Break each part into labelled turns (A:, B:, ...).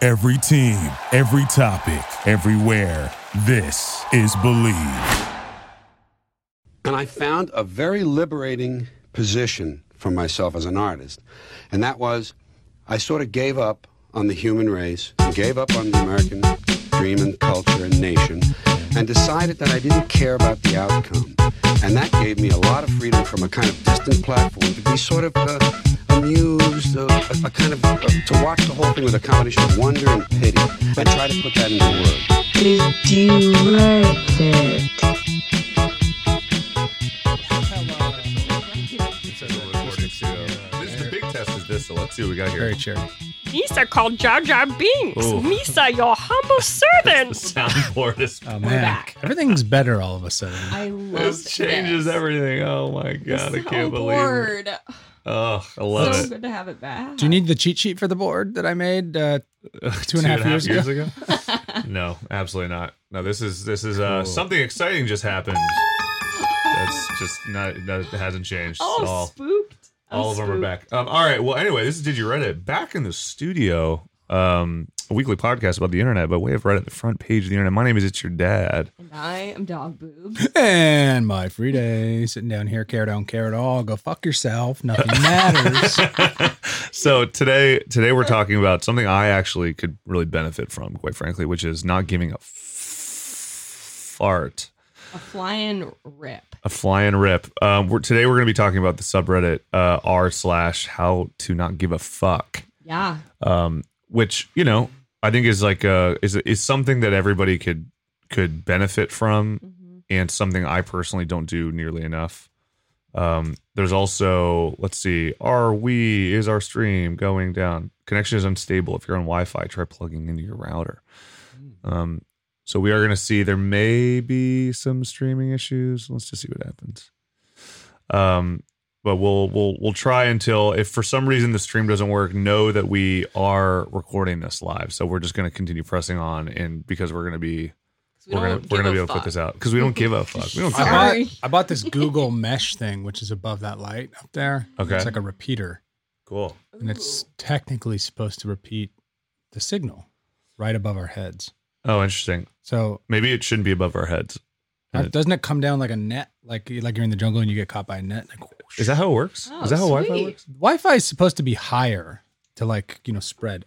A: Every team, every topic, everywhere. This is Believe.
B: And I found a very liberating position for myself as an artist. And that was I sort of gave up on the human race, gave up on the American dream and culture and nation, and decided that I didn't care about the outcome. And that gave me a lot of freedom from a kind of distant platform to be sort of uh, amused, uh, a, a kind of uh, to watch the whole thing with a combination of wonder and pity, and try to put that into words.
C: Did you like it?
D: This is the big test is this, so let's see what we got here.
E: Very cheery.
F: Misa called Jar Jar Binks.
D: Ooh.
F: Misa, your humble
D: The
F: servant.
D: soundboard is
E: Oh man, everything's better all of a sudden.
G: I love
D: this changes everything. Oh my god, I can't believe it.
G: bored.
D: Oh, I love
G: so
D: it.
G: good to have it back.
E: Do you need the cheat sheet for the board that I made? Uh,
D: Two and a half years, ago. no, absolutely not. No, this is this is uh, something exciting just happened. That's just not that hasn't changed
G: oh,
D: at all.
G: spooked. I'm
D: all of them are
G: spooked.
D: back. Um, all right. Well, anyway, this is Did You Reddit back in the studio. Um, a weekly podcast about the internet, but way of Reddit, the front page of the internet. My name is It's Your Dad.
G: And I am dog boobs.
E: and my free day, sitting down here, care don't care at all. Go fuck yourself. Nothing matters.
D: So today, today we're talking about something I actually could really benefit from, quite frankly, which is not giving a f- fart,
G: A flying rip.
D: a flying rip. Um, we're, today we're going to be talking about the subreddit uh, r slash how to not give a fuck.
G: Yeah.
D: um, which you know I think is like uh is is something that everybody could could benefit from,
G: Mm-hmm.
D: and something I personally don't do nearly enough. Um, there's also let's see, are we is our stream going down? Connection is unstable. If you're on Wi-Fi, try plugging into your router. Um, so we are going to see there may be some streaming issues. Let's just see what happens. Um, but we'll we'll we'll try until if for some reason the stream doesn't work, know that we are recording this live. So we're just going to continue pressing on, and because we're going to be
G: 'Cause we
D: we are going
G: don't
D: to we're
G: give
D: going
G: a
D: to be able to put
G: fuck.
D: this out because we don't give a fuck. We don't
E: I
D: care.
E: bought,
G: Sorry.
E: I bought this Google Mesh thing, which is above that light up there.
D: Okay.
E: It's like a repeater,
D: Cool.
E: and it's technically supposed to repeat the signal right above our heads.
D: Oh, interesting.
E: So
D: Maybe it shouldn't be above our heads. And it-
E: doesn't it come down like a net, like like you're in the jungle and you get caught by a net? Like, whoosh.
D: Is that how it works?
G: Oh,
D: is that how Wi-Fi
G: sweet.
D: works?
E: Wi-Fi is supposed to be higher to like you know spread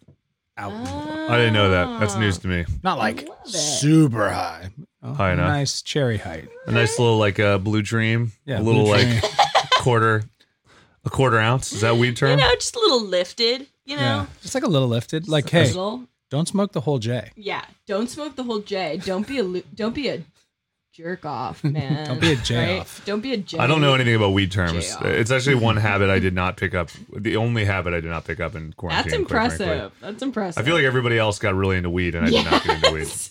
E: out.
G: Ah.
D: I didn't know that. That's news to me.
E: Not like
G: love it.
E: super high. Oh,
D: High enough.
E: Nice cherry height.
D: A nice little like uh, blue dream.
E: Yeah,
D: a little
E: blue
D: like
E: dream.
D: quarter, a quarter ounce. Is that weed
H: You
D: term?
H: know, just a little lifted. You know,
E: yeah, just like a little lifted. Like hey,
G: Little-
E: don't smoke the whole J.
G: yeah. Don't smoke the whole J. Don't be a lo- don't be a jerk off, man.
E: Don't be a J off.
G: Don't be a J.
D: I don't know anything about weed terms.
G: Jail.
D: It's actually one habit I did not pick up. The only habit I did not pick up in quarantine.
G: That's
D: quite
G: impressive.
D: frankly.
G: That's impressive.
D: I feel like everybody else got really into weed, and I did not get into weed.
G: Yes.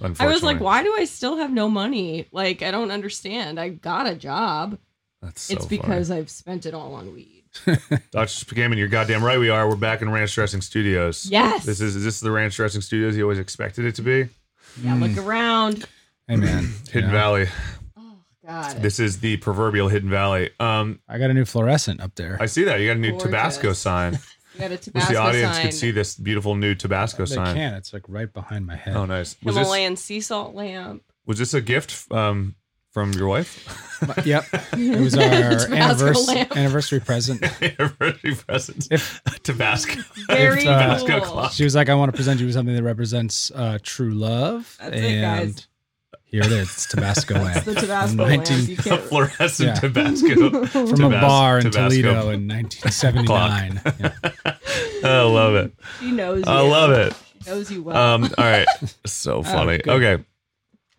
D: Unfortunately,
G: I was like, why do I still have no money? Like, I don't understand. I got a job.
D: That's so
G: it's because I've spent it all on weed.
D: Dr. Spagaman, you're goddamn right. We are. We're back in Ranch Dressing Studios.
G: Yes.
D: This is, is this the Ranch Dressing Studios you always expected it to be?
G: Yeah, look
D: Mm.
G: around.
E: Hey man,
D: Hidden
E: you know,
D: Valley.
G: God.
D: This is the proverbial Hidden Valley. Um,
E: I got a new fluorescent up there.
D: I see that you got a new
G: Gorgeous.
D: Tabasco sign.
G: We got a
D: Wish
G: Tabasco
D: the audience
G: sign.
D: could see this beautiful new Tabasco
E: they
D: sign.
E: can't. It's like right behind my head.
D: Oh, nice. Was this,
H: Himalayan sea salt lamp.
D: was this a gift um, from your wife?
E: But- yep. It was our
G: Tabasco
E: anniversary,
G: lamp.
E: anniversary present.
D: Anniversary presents.
E: If-
D: Tabasco.
G: Very
E: If, uh,
G: cool.
D: Tabasco clock.
E: She was like, I want to present you with something that represents uh, true love.
G: That's it,
E: and
G: guys.
E: here it is. It's Tabasco lamp.
G: It's the Tabasco lamp.
E: 19
G: You
D: A
G: can't.
D: fluorescent
E: Yeah.
D: Tabasco.
E: From a
D: Tabas-
E: bar in
D: Tabasco.
E: Toledo in 1979. Yeah.
D: I love it.
G: She knows.
D: I
G: you.
D: love it.
G: She knows you well.
D: Um, all right. So funny.
E: good.
D: okay.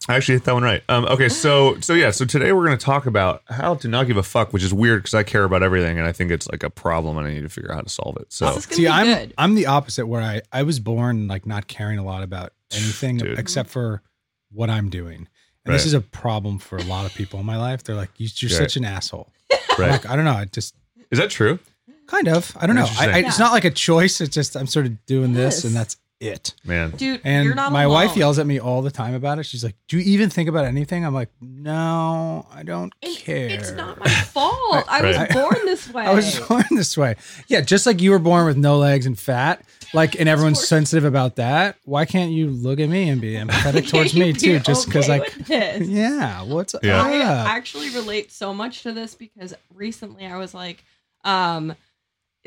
D: I actually hit that one right. Um, okay, so so yeah, so today we're gonna talk about how to not give a fuck, which is weird because I care about everything and I think it's like a problem and I need to figure out how to solve it. So
G: this is gonna
E: See,
G: be
E: I'm
G: good.
E: I'm the opposite where I, I was born like not caring a lot about anything
D: Dude.
E: except for what I'm doing. And
D: Right.
E: this is a problem for a lot of people in my life. They're like, you, you're
D: Right.
E: such an asshole.
D: right.
E: Like, I don't know. I just
D: Is that true?
E: kind of, I don't know. I, I,
D: Interesting.
E: It's not like a choice. It's just, I'm sort of doing this
G: Yes.
E: and that's it.
D: man.
H: Dude,
E: And
H: you're not
E: my wife
H: alone.
E: yells at me all the time about it. She's like, "Do you even think about anything?" I'm like, "No, I don't
H: And
E: care."
H: It's not my fault. I
D: Right.
H: was born this way.
E: I was born this way. Yeah, just like you were born with no legs and fat, like, and everyone's sensitive about that. Why can't you look at me and be empathetic towards
H: You'd
E: me
H: be
E: too? Just because,
H: okay
E: like,
H: with this.
E: yeah, what's
D: Yeah.
E: up?
H: I actually relate so much to this because recently I was like, um,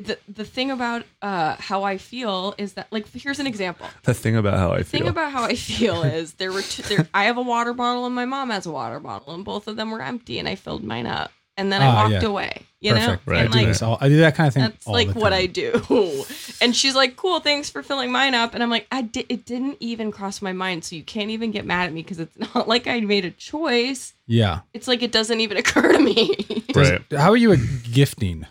H: the the thing about uh how I feel is that like here's an example.
D: The thing about how I
H: The thing
D: feel.
H: about how I feel is there were two, there I have a water bottle and my mom has a water bottle and both of them were empty and I filled mine up and then I
E: Ah,
H: walked
E: yeah.
H: away. You
E: Perfect.
H: know,
D: Right.
H: and
E: I do
H: like
E: this all. I do that kind of thing.
H: that's
E: all
H: like
E: the
H: what
E: time.
H: I do. And she's like, "Cool, thanks for filling mine up." And I'm like, "I did. It didn't even cross my mind, so you can't even get mad at me because it's not like I made a choice.
E: Yeah.
H: It's like it doesn't even occur to me.
E: Does-
D: right.
E: How are you at gifting?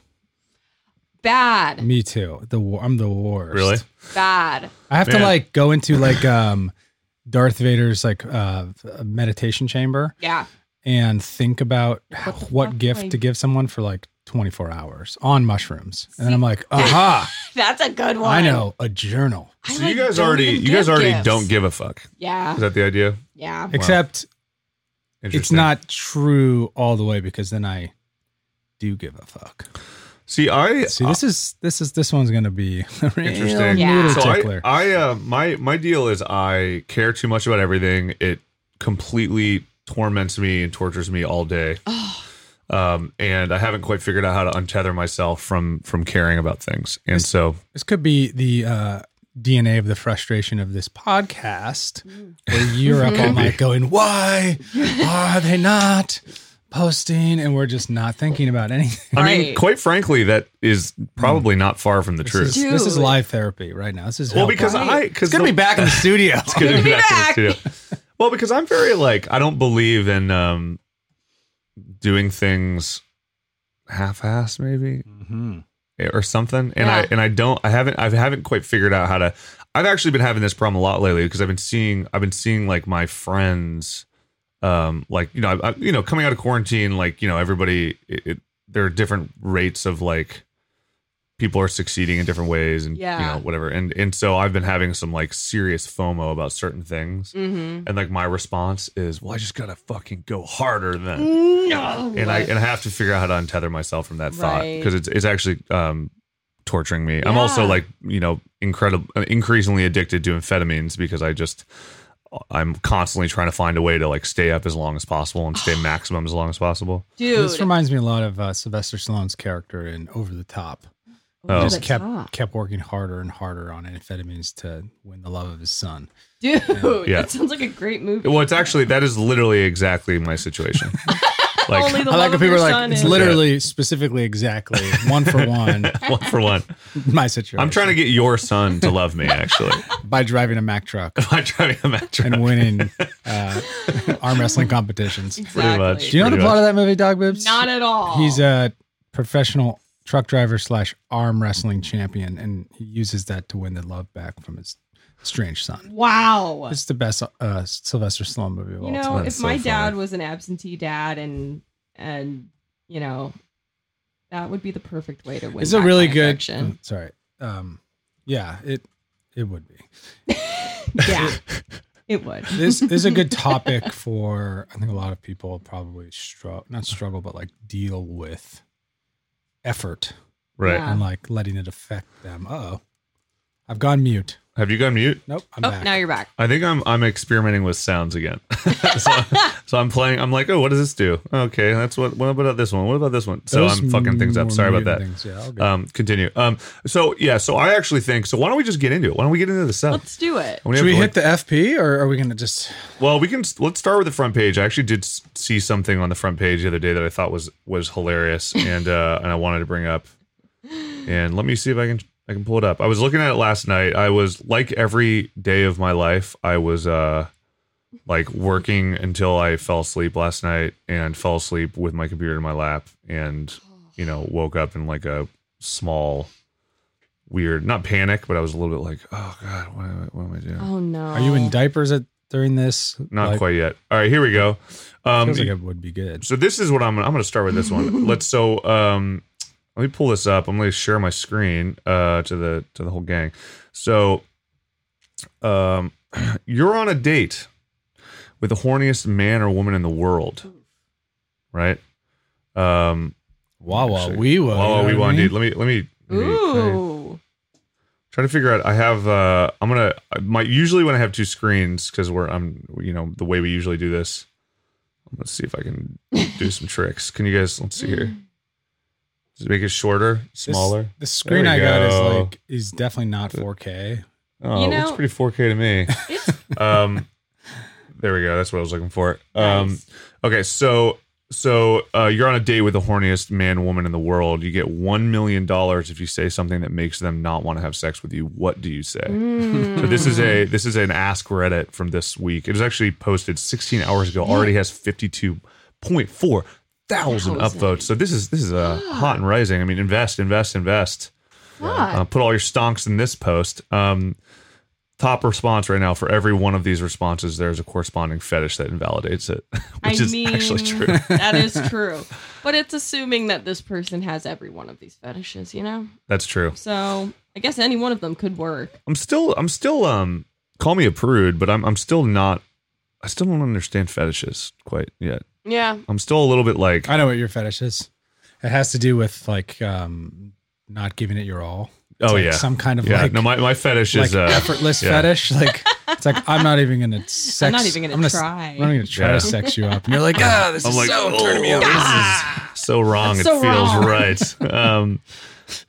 H: bad,
E: Me too. The wor- I'm the worst.
D: Really?
H: bad.
E: I have to
D: Man.
E: like go into like um Darth Vader's like uh meditation chamber
H: Yeah,
E: and think about how,
H: the
E: what
H: fuck do I-
E: gift to give someone for like 24 hours on mushrooms. And then I'm like, aha,
H: that's a good one.
E: I know a journal.
H: I,
D: So you
H: like,
D: guys
H: don't
D: already
H: even
D: you guys
H: give
D: already
H: gifts.
D: don't give a fuck. Is
H: Yeah,
D: that the idea?
H: yeah.
E: Except it's
D: Interesting.
E: not true all the way because then I do give a fuck.
D: See, I
E: See, this is this is this one's gonna be a real
D: interesting.
H: Yeah.
E: noodle
D: So I,
E: tickler.
D: I uh, my my deal is I care too much about everything. It completely torments me and tortures me all day.
E: Oh.
D: Um, and I haven't quite figured out how to untether myself from from caring about things. And so
E: This could be the uh, DNA of the frustration of this podcast, where you're up
H: Mm.
E: all night going, "Why are they not posting?" And we're just not thinking about anything.
D: I mean,
H: Right.
D: quite frankly, that is probably not far from the truth.
E: Mm. This is, this is
H: Dude.
E: live therapy right now. This is
D: well,
E: help.
D: because I because
E: it's gonna be back in the studio.
D: Good to be
H: Good to be
D: back in the studio. Well, because I'm very like I don't believe in um doing things half-assed, maybe
E: Mm-hmm.
D: or something. And I
H: Yeah.
D: and I don't I haven't I haven't quite figured out how to. I've actually been having this problem a lot lately because I've been seeing I've been seeing like my friends, um, like you know I, I, you know coming out of quarantine, like you know everybody it, it, there are different rates of like people are succeeding in different ways and you
H: Yeah.
D: know whatever and and so I've been having some like serious FOMO about certain things
H: Mm-hmm.
D: and like my response is well I just gotta fucking go harder then
H: No,
D: and I and I have to figure out how to untether myself from that thought
H: Right.
D: because it's it's actually um, torturing me. I'm also
H: Yeah.
D: like you know incredible, increasingly addicted to amphetamines because I just uh, I'm constantly trying to find a way to like stay up as long as possible and stay maximum as long as possible.
H: dude.
E: This reminds me a lot of uh, Sylvester Stallone's character in Over the Top.
D: Oh.
E: He just
H: The
E: kept
H: Top.
E: kept working harder and harder on amphetamines to win the love of his son.
H: dude,
D: Yeah.
H: that sounds like a great movie.
D: Well, it's actually that is literally exactly my situation.
H: Only
D: like
H: the
E: I
H: love
E: like
H: of
E: when people
H: your
E: are like,
H: son
E: it's
H: is-
E: literally, specifically, exactly one for one.
D: one for one.
E: My situation.
D: I'm trying to get your son to love me. Actually,
E: by driving a Mack truck
D: I'm driving a match.
E: and winning uh, arm wrestling competitions.
H: exactly.
D: much.
E: Do you know the
D: Pretty
E: plot of that movie, Dog Boobs?
H: Not at all.
E: He's a professional truck driver slash arm wrestling champion, and he uses that to win the love back from his strange son.
H: wow.
E: It's the best uh, Sylvester Stallone movie of
H: You
E: all
H: know,
E: time.
H: if
D: That's
H: my
D: so
H: dad
D: funny.
H: was an absentee dad and and you know that would be the perfect way to win.
E: It's a
H: back
E: really
H: my
E: good.
H: affection.
E: oh, sorry. Um, yeah, it it would be.
H: yeah. It would.
E: This is a good topic for I think a lot of people probably struggle not struggle but like deal with effort
D: Right?
H: Yeah.
E: and like letting it affect them. Oh, I've gone mute.
D: Have you gone mute?
E: Nope, I'm
H: Oh,
E: back.
H: now you're back.
D: I think I'm I'm experimenting with sounds again. so, so I'm playing. I'm like, oh, what does this do? Okay, that's what. What about this one? What about this one? So
E: Those
D: I'm fucking things up.
E: more
D: Sorry about
E: mutant
D: that.
E: things, Yeah, all good.
D: Um, continue. Um, so yeah, so I actually think. So why don't we just get into it? Why don't we get into the stuff?
H: Let's do it.
D: And
E: Should
D: have,
E: we hit
D: like-
E: the FP or are we gonna just?
D: Well, we can. Let's start with the front page. I actually did s- see something on the front page the other day that I thought was was hilarious, and uh, and I wanted to bring up. And let me see if I can I can pull it up. I was looking at it last night. I was like every day of my life. I was uh like working until I fell asleep last night, and fell asleep with my computer in my lap, and you know woke up in like a small weird not panic, but I was a little bit like, oh god, what am I, what am I doing?
H: Oh no.
E: Are you in diapers at, during this?
D: Not
E: Like,
D: quite yet. All right, here we go. Um,
E: Feels like it would be good.
D: so this is what I'm I'm going to start with this one. Let's so um, let me pull this up. I'm going to share my screen uh, to the to the whole gang. So Um, you're on a date with the horniest man or woman in the world, right? Um,
E: Wawa,
D: Actually,
E: we were.
D: oh, we want dude. Let me let me. let me- let me
H: Ooh.
D: try to figure out. I have. Uh, I'm gonna. My usually when I have two screens because we're. I'm. You know the way we usually do this. Let's see if I can do some tricks. Can you guys? Let's see here. Just make it shorter, smaller.
E: The screen
D: There
E: I
D: we
E: got is
D: go.
E: like is definitely not 4K.
D: Oh,
H: You
D: it looks
H: know-
D: pretty 4K to me.
H: It's
D: um, there we go. That's what I was looking for. Um, Okay, so so uh, you're on a date with the horniest man woman in the world. You get one million dollars if you say something that makes them not want to have sex with you. What do you say? So this is a this is an Ask Reddit from this week. It was actually posted 16 hours ago. Already has 52.4 thousand upvotes. So this is this is uh, hot and rising. I mean, invest, invest, invest. Uh, put all your stonks in this post. Um, top response right now for every one of these responses, there's a corresponding fetish that invalidates it, which
H: I
D: is actually
H: mean-
D: true.
H: that is true. But it's assuming that this person has every one of these fetishes, you know?
D: That's true.
H: So I guess any one of them could work.
D: I'm still, I'm still, um, call me a prude, but I'm, I'm still not, I still don't understand fetishes quite yet.
H: Yeah.
D: I'm still a little bit like,
E: I know what your fetish is. It has to do with like um not giving it your all. It's
D: oh
E: like
D: yeah,
E: some kind of
D: yeah.
E: like,
D: no, my, my fetish
E: like
D: is uh,
E: effortless
D: yeah.
E: fetish. Like it's like I'm not even gonna sex.
H: not even gonna
E: s-
H: try.
E: I'm not even gonna try
D: Yeah.
E: to sex you up. And you're like, ah, this
D: I'm
E: is
D: like,
E: so
D: oh,
E: turning me on.
D: this is so wrong.
H: Ah, so
D: it feels
H: wrong.
D: right. Um,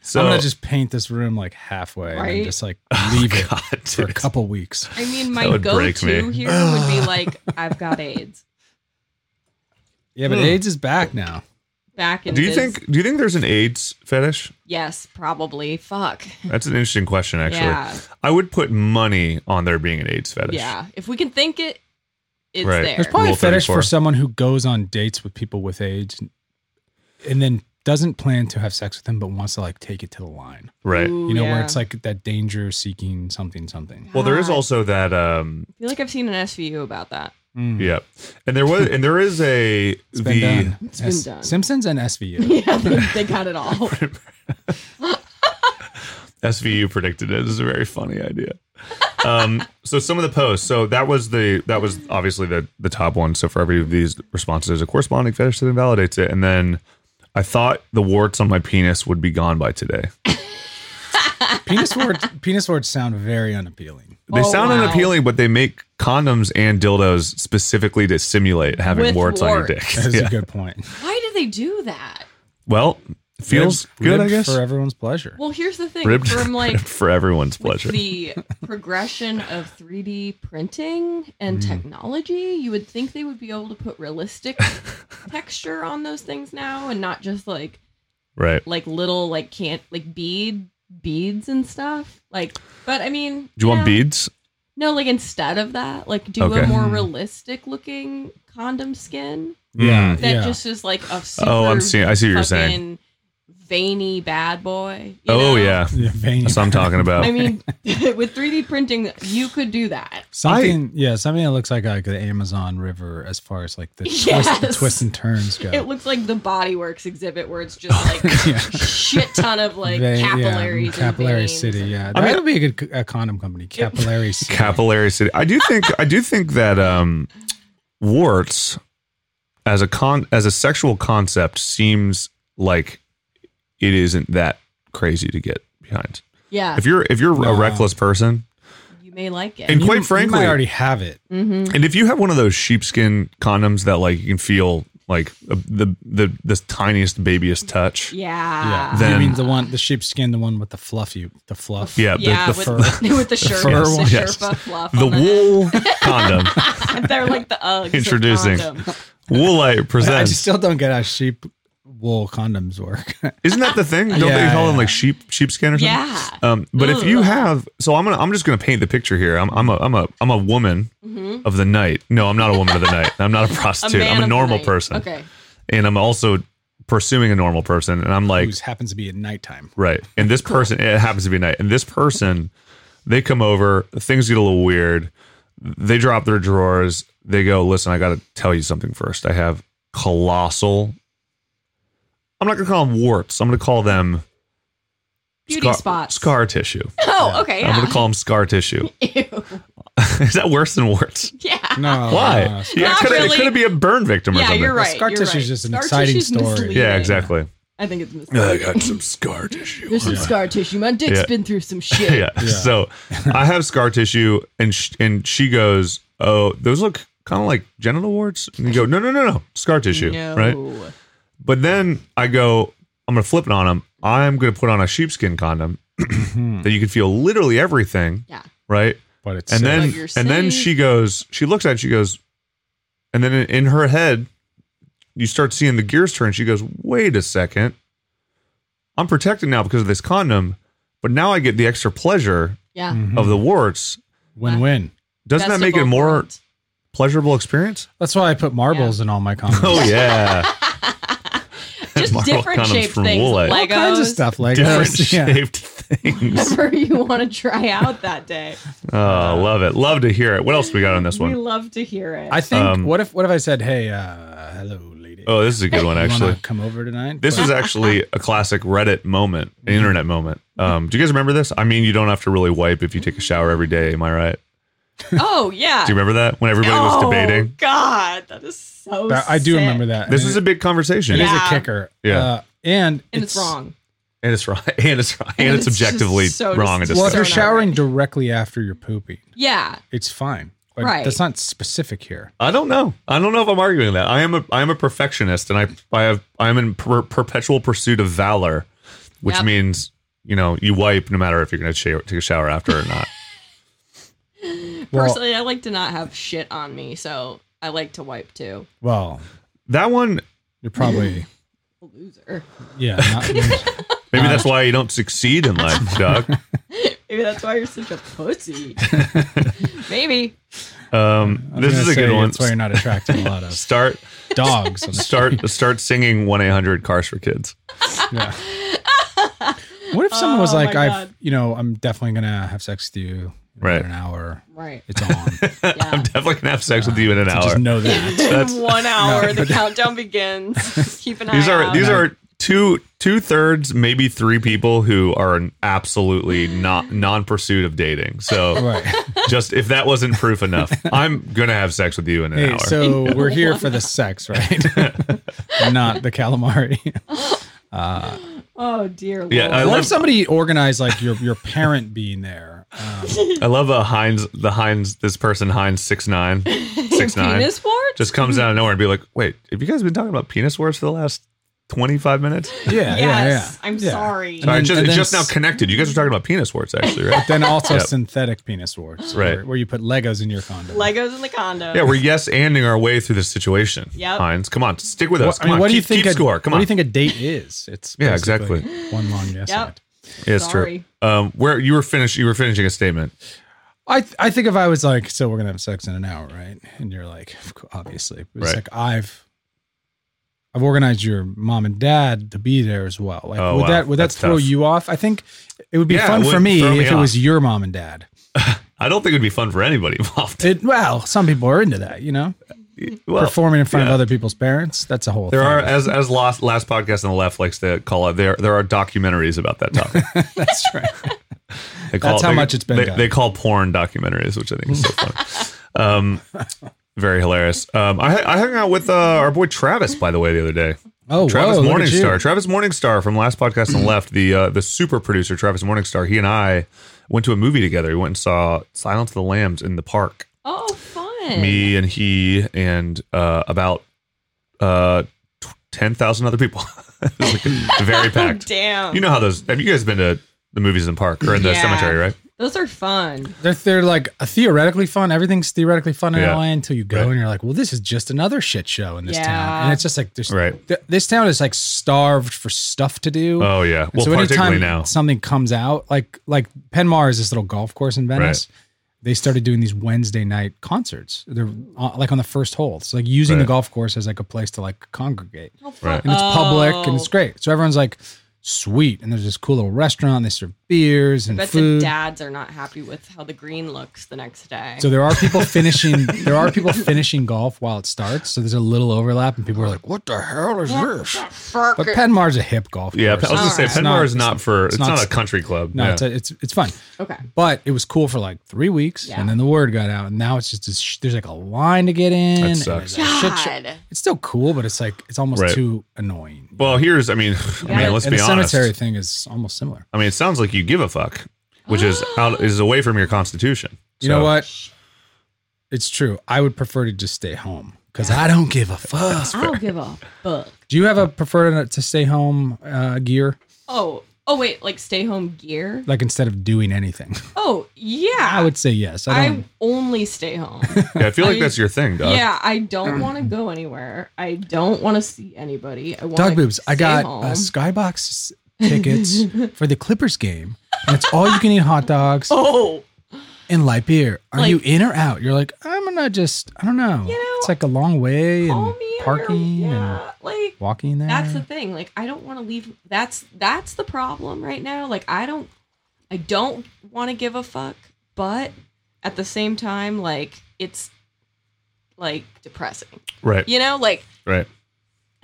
D: so Oh,
E: I'm gonna just paint this room like halfway and then
H: Right?
E: just like leave it
D: God,
E: for a
D: dude.
E: couple weeks.
H: I mean,
D: That
H: my
D: would
H: go
D: break
H: to
D: me.
H: here would be like, I've got AIDS.
E: Yeah,
D: Hmm.
E: but AIDS is back now.
H: Back in
D: do you
H: biz-
D: think, do you think there's an AIDS fetish?
H: Yes, probably. Fuck.
D: That's an interesting question, actually.
H: Yeah.
D: I would put money on there being an AIDS fetish.
H: Yeah. If we can think it, it's
D: Right.
H: there.
E: There's probably
D: Rule
E: a fetish
D: 34.
E: for someone who goes on dates with people with AIDS and- and then doesn't plan to have sex with them, but wants to like take it to the line.
D: Right.
H: Ooh,
E: You know, where
H: yeah.
E: it's like that danger seeking something, something.
D: Well, there is
H: God.
D: also that. Um,
H: I feel like I've seen an SVU about that.
E: Mm.
D: yeah, and there was, and there is a
E: It's been
D: the
E: done.
H: It's been
E: S-
H: done.
E: Simpsons and SVU.
H: Yeah, they, they got it all.
D: SVU predicted it. This is a very funny idea. Um, so some of the posts. So that was the that was obviously the the top one. So for every of these responses, there's a corresponding fetish that invalidates it. And then I thought the warts on my penis would be gone by today.
E: penis warts, penis warts sound very unappealing.
D: They
H: Oh,
D: sound
H: wow.
D: unappealing, but they make condoms and dildos specifically to simulate having
H: With
D: warts, on your
H: warts.
D: dick.
E: That's
D: Yeah.
E: a good point.
H: Why do they do that?
D: Well, feels
E: Ribbed-
D: good, I
E: ribbed
D: guess.
E: for everyone's pleasure.
H: Well, here's the thing.
D: ribbed,
H: From like
D: ribbed for everyone's pleasure.
H: with the progression of 3D printing
D: Mm.
H: and technology, you would think they would be able to put realistic texture on those things now and not just like
D: right.
H: like little like can't like bead beads and stuff. Like but I mean
D: Do you want
H: yeah.
D: beads?
H: No, like instead of that, like do
D: Okay.
H: a more realistic looking condom skin
D: Yeah.
H: that
E: Yeah.
H: just is like a super
D: Hmm. Oh, I'm seeing. I see what you're saying.
H: fucking veiny bad boy. you
D: Oh
H: know?
D: yeah,
E: Yeah, veiny.
D: that's what I'm talking about.
H: I mean, with 3D printing, you could do that.
E: Something, yeah, something that looks like like the Amazon River as far as like the twist,
H: Yes.
E: twists and turns go.
H: It looks like the Body Works exhibit where it's just like
E: yeah.
H: shit ton of like
E: Vein- yeah,
H: capillaries. and
E: capillary
H: veins.
E: city. Yeah,
D: I
E: that
D: mean-
E: would be a good c- a condom company. Capillary city.
D: capillary city. I do think I do think that um, warts as a con as a sexual concept seems like it isn't that crazy to get behind.
H: Yeah,
D: If you're if you're
E: No.
D: a reckless person,
H: you may like it.
D: and
E: You-
D: quite
E: you
D: frankly,
E: might already have it.
H: hmm
D: and if you have one of those sheepskin condoms that like you can feel like uh, the the the tiniest babyest touch.
H: Yeah.
D: Then-
E: you mean the one, the sheepskin, the one with the fluffy, the fluff.
D: Yeah, the,
H: yeah,
D: the
H: with,
D: fur-
H: with the Sherpa,
E: fur
H: the
E: one.
D: Yes.
H: Sherpa fluff.
D: the
H: on the
D: wool condom.
H: neck. They're like the Uggs. of
D: Introducing.
H: condoms.
D: Woolite
E: But I
D: presents.
E: just still don't get how sheep wool condoms work.
D: Isn't that the thing? Don't they
E: Yeah,
D: call them
E: yeah.
D: like sheep sheepskin or something?
H: Yeah.
D: Um, but if
H: Ugh.
D: you have, so I'm gonna, I'm just gonna paint the picture here. I'm, I'm a, I'm a, I'm a woman of the night. No, I'm not a woman of the night. I'm not a
H: Mm-hmm. A
D: prostitute.
H: man
D: I'm
H: of
D: a
H: the
D: normal
H: night.
D: person,
H: Okay.
D: and I'm also pursuing a normal person. And I'm like,
E: Whose happens to be at nighttime.
D: right. And this person, it happens to be night. And this person, they come over. Things get a little weird. They drop their drawers. They go, listen, I gotta tell you something first. I have colossal. I'm not gonna call them warts. I'm gonna call them
H: beauty
D: scar,
H: spots.
D: scar tissue.
H: Oh, okay.
D: I'm
H: Yeah.
D: gonna call them scar tissue.
H: Ew.
D: Is that worse than warts?
H: Yeah.
E: No.
D: Why? Yeah,
H: Not
D: it could
H: really.
D: have be a burn victim or
H: Yeah,
D: something.
H: you're right.
E: Scar
H: you're
E: tissue's
H: right.
E: just an
H: Scar
E: exciting
H: tissue's
E: story.
H: misleading.
D: Yeah, exactly.
H: I think it's misleading.
D: some scar tissue.
G: There's some scar tissue. My dick's
D: Yeah.
G: been through some shit.
D: yeah. So I have scar tissue, and sh- and she goes, "Oh, those look kind of like genital warts." And you go, "No, no, no, no, scar tissue, right?"
G: No.
D: But then I go, "I'm gonna flip it on him. I'm gonna put on a sheepskin condom that you can feel literally everything,
H: Yeah.
D: right?"
E: But it's
D: And
E: safe.
D: then
H: But you're
D: and then
H: safe.
D: she goes, she looks at, it, she goes, and then in, in her head, you start seeing the gears turn. She goes, "Wait a second, I'm protected now because of this condom." But now I get the extra pleasure
H: Yeah.
D: of the warts,
E: win-win.
D: Mm. doesn't
H: Best
D: that
H: of
D: make it a
H: both
D: more
H: worlds.
D: pleasurable experience?
E: That's why I put marbles in all my comics.
D: Oh yeah,
H: just
D: Marvel
H: different
D: condoms
H: shaped
D: from eh?
H: things?
D: Woolite.
E: all
H: Legos.
E: kinds of stuff. Legos.
D: different
E: yeah.
D: shaped things.
H: Whatever you want to try out that day.
D: Oh, love it, love to hear it. What else we got on this
H: We
D: one?
H: love to hear it.
E: I think.
D: Um,
E: what if? What if I said, "Hey, uh, hello, lady.
D: Oh, this is a good one
E: You wanna
D: actually.
E: come over tonight."
D: This
E: But-
D: is actually a classic Reddit moment, an internet moment. Um, do you guys remember this? I mean, you don't have to really wipe if you take a shower every day. Am I right?
H: oh yeah.
D: Do you remember that when everybody was
H: oh,
D: debating?
H: God, that is so.
E: That- I do
H: sick.
E: remember that.
D: This
E: And
D: is
E: it-
D: a big conversation,
E: It is
H: Yeah.
E: a kicker.
D: Yeah.
E: Uh, and,
H: and it's, wrong.
D: and it's right, and it's right, and,
H: And
D: it's,
H: it's just
D: objectively
H: so
D: wrong. And
H: dis-
E: Well, if
D: disgusting.
E: you're
H: Just so not
E: showering
H: right.
E: directly after you're pooping,
H: Yeah,
E: it's fine. But
H: Right.
E: That's not specific here.
D: I don't know. I don't know if I'm arguing that. I am a I am a perfectionist, and I I have I am in per- perpetual pursuit of valor, which
H: Yep.
D: means you know you wipe no matter if you're going to shower, take a shower after or not.
E: Well,
H: personally, I like to not have shit on me, so I like to wipe too.
E: well,
D: that one
E: you're probably
H: Loser.
E: yeah. Not,
D: maybe that's
E: Uh,
D: why you don't succeed in life, Doug.
H: Maybe that's why you're such a pussy. Maybe.
D: Um,
E: I'm
D: this
E: gonna
D: is a
E: say
D: good one.
E: That's why you're not attracting a lot of
D: Start
E: dogs. On the
D: start start singing one eight hundred cars for kids.
E: Yeah. What if someone was
H: Oh,
E: like,
H: my
E: "I've,
H: God.
E: you know, I'm definitely gonna have sex with you in
D: Right.
E: an hour.
H: Right.
E: It's on.
H: Yeah.
D: I'm definitely gonna have sex with you in an hour.
E: Just know that.
D: That's-
H: In one hour, the countdown begins. Keep an
D: these
H: eye
D: are
H: out.
D: these are two two thirds, maybe three people who are an absolutely not non pursuit of dating. So
E: Right.
D: just if that wasn't proof enough, I'm gonna have sex with you in an
E: Hey,
D: hour.
E: so we're here for the sex, right? Not the calamari.
H: oh dear. Lord.
D: Yeah, I
E: what
D: love-
E: if somebody organized like your your parent being there? Um,
D: I love a Heinz the Heinz this person Heinz six nine six nine
H: penis wart.
D: just comes out of nowhere and be like, wait, have you guys been talking about penis wars for the last twenty five minutes?
E: yeah, yeah, yeah.
H: yes. I'm
E: Yeah.
H: sorry.
D: Sorry,
E: then-
D: just,
E: and
D: it's
E: then
D: just now
E: s-
D: connected. You guys are talking about penis warts, actually, right?
E: Then also
D: Yep.
E: synthetic penis warts,
D: Right.
E: Where, where you put Legos in your condom.
H: Legos in the condo.
D: Yeah, we're yes anding our way through this situation.
H: Yep.
D: Heinz, come on, stick with
E: What,
D: us.
E: I
D: Come
E: mean,
D: on,
E: what do
D: keep,
E: you think?
D: keep
E: a,
D: score. Come
E: what
D: on,
E: do you think a date is? It's
D: Yeah,
E: basically One long yes.
H: Yep.
E: and.
D: Yeah, it's
H: Sorry.
D: true. Um, where you were finished, you were finishing a statement.
E: I th- I think if I was like, so we're gonna have sex in an hour, right? And you're like, "Of cou- obviously, But it's
D: Right.
E: like I've I've organized your mom and dad to be there as well. Like,
D: Oh,
E: would
D: wow.
E: that would that
D: That's
E: throw
D: tough.
E: you off? I think it would be
D: Yeah,
E: fun
D: it
E: for
D: would
E: me
D: throw me
E: if it was
D: off.
E: your mom and dad.
D: I don't think it'd be fun for anybody involved.
E: It, well, some people are into that, you know,
D: Well,
E: performing in front
D: yeah.
E: of other people's parents. That's a whole.
D: There
E: thing.
D: are, as as last last podcast on the left likes to call out, there there are documentaries about that topic.
E: that's right.
D: They call,
E: That's how
D: they-
E: much it's been
D: They,
E: done.
D: they call porn documentaries, which I think is so funny. Um, very hilarious. Um, I I hung out with uh, our boy Travis, by the way, the other day.
E: Oh,
D: Travis
E: whoa, look at you.
D: Morningstar. Travis Morningstar from last podcast and left the uh, the super producer Travis Morningstar. He and I went to a movie together. We went and saw Silence of the Lambs in the park.
H: Oh, fun.
D: Me and he and uh, about uh, t- ten thousand other people. It was like very packed.
H: Oh, Damn.
D: You know how those? Have you guys been to the movies in the park or in the
H: Yeah.
D: cemetery? Right?
H: Those are fun.
E: They're, they're like theoretically fun. Everything's theoretically fun in
D: Yeah.
E: LA until you go
D: Right.
E: and you're like, well, this is just another shit show in this town.
H: Yeah.
E: And it's just like, there's,
D: Right.
E: th- this town is like starved for stuff to do.
D: Oh yeah.
E: And
D: Well,
E: so
D: particularly
E: anytime
D: now.
E: something comes out, like like Penmar is this little golf course in Venice. They started doing these Wednesday night concerts. They're uh, like on the first hole. It's like using the
D: Right.
E: golf course as like a place to like congregate
H: How fun.
D: Right.
E: and it's public and it's
H: Oh.
E: great. So everyone's like, sweet. And there's this cool little restaurant. They serve beers
H: I
E: and
H: bet the
E: food.
H: dads are not happy with how the green looks the next day.
E: So there are people finishing. there are people finishing golf while it starts. So there's a little overlap, and people are like, "What the hell is this?" But Penmar's a hip golf.
D: Yeah, I
E: course.
D: was gonna say
H: It's
D: Penmar is not for. It's, not,
E: not-
D: a country club.
E: No,
D: yeah.
E: it's, a, it's it's fun.
H: okay.
E: But it was cool for like three weeks,
H: Yeah.
E: and then the word got out, and now it's just this, sh- there's like a line to get in. and
D: sucks.
E: there's a shit show.
I: God.
E: It's still cool, but it's like it's almost
D: Right.
E: too annoying.
D: well, here's. I mean, I mean, let's
E: and
D: be
E: the
D: honest.
E: cemetery thing is almost similar.
D: I mean, it sounds like you give a fuck, which is out is away from your constitution.
E: You
D: So-
E: know what? It's true. I would prefer to just stay home because I don't give a fuck.
G: I don't give a fuck.
E: Do you have a preferred to stay home uh, gear?
H: Oh, oh wait, like stay home gear.
E: Like instead of doing anything,
H: Oh yeah,
E: I would say yes. I
H: I
E: don't.
H: only stay home.
D: Yeah, I feel
H: I
D: like
H: mean-
D: that's your thing, Doug.
H: yeah, I don't want to go anywhere. I don't want to see anybody. I want
E: Dog boobs. I got
H: home.
E: uh, skybox tickets for the Clippers game. And it's all you can eat hot dogs
H: oh,
E: and light beer. Are
H: Like-
E: you in or out? You're like, I'm gonna just, I don't know. it's like a long way
H: call
E: and
H: me. or-
E: parking and
H: yeah, like
E: walking there.
H: that's the thing. Like I don't want to leave. That's that's the problem right now. Like I don't, I don't want to give a fuck. But at the same time, like it's like depressing.
D: Right.
H: You know, like
D: Right.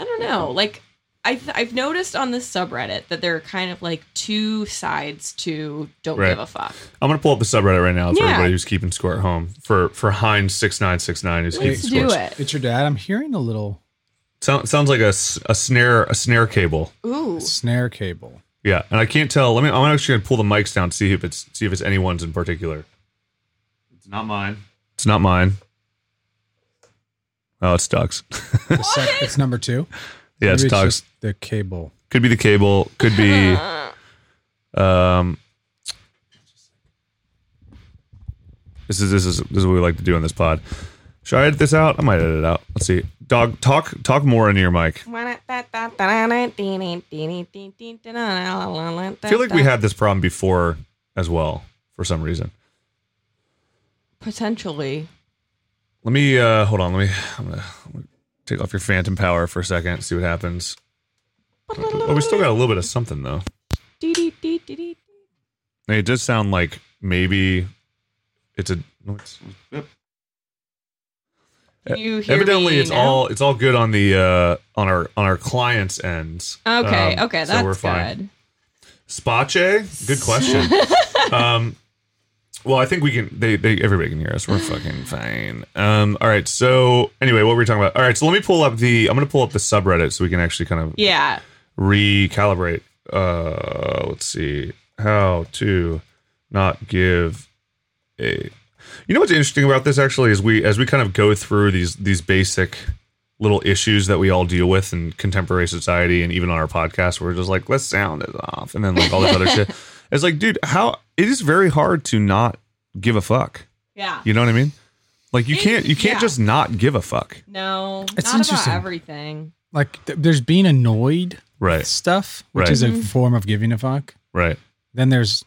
H: I don't know. Like I've I've noticed on this subreddit that there are kind of like two sides to don't
D: Right.
H: give a fuck.
D: I'm gonna pull up the subreddit right now for
H: Yeah.
D: everybody who's keeping score at home. For for Heinz six nine six nine who's
H: Let's
D: keeping
H: do
D: score.
H: it.
E: It's your dad. I'm hearing a little
D: Sound, sounds like a, s- a snare a snare cable.
H: Ooh.
E: snare cable.
D: Yeah, and I can't tell. Let me. I'm actually gonna pull the mics down to see if it's see if it's anyone's in particular. It's not mine. It's not mine. Oh, it's Doug's.
E: The sec- it's number two.
D: yeah, it's
E: Maybe
D: Doug's.
E: just The cable.
D: Could be the cable. Could be. Um. This is this is this is what we like to do on this pod. Should I edit this out? I might edit it out. Let's see. Dog, talk talk more into your mic. I
H: I
D: feel like we had this problem before as well for some reason.
H: potentially.
D: Let me uh hold on. Let me. I'm gonna, I'm gonna take off your phantom power for a second. See what happens. Oh, we still got a little bit of something though.
H: Dee-dee-dee-dee-dee.
D: It does sound like maybe it's a. no, it's-
H: Can You hear
D: Evidently,
H: me
D: it's
H: now?
D: all it's all good on the uh on our on our clients' ends.
H: okay.
D: Um,
H: okay, that's
D: so we're fine.
H: good.
D: Spache, good question. um, well, I think we can. They, they everybody can hear us. We're fucking fine. Um, all right. So anyway, what were we talking about? All right. So let me pull up the. I'm gonna pull up the subreddit so we can actually kind of
H: Yeah,
D: recalibrate. Uh, let's see how to not give a. You know what's interesting about this actually is we as we kind of go through these these basic little issues that we all deal with in contemporary society and even on our podcast we're just like let's sound it off and then like all this other shit it's like dude how it is very hard to not give a fuck
H: yeah.
D: you know what i mean like you can't you can't
H: Yeah.
D: just not give a fuck
H: No,
E: It's
H: not about
E: interesting.
H: everything.
E: Like th- there's being annoyed with
D: right
E: stuff, which
D: Right.
E: is
H: Mm-hmm.
E: a form of giving a fuck.
D: right
E: then there's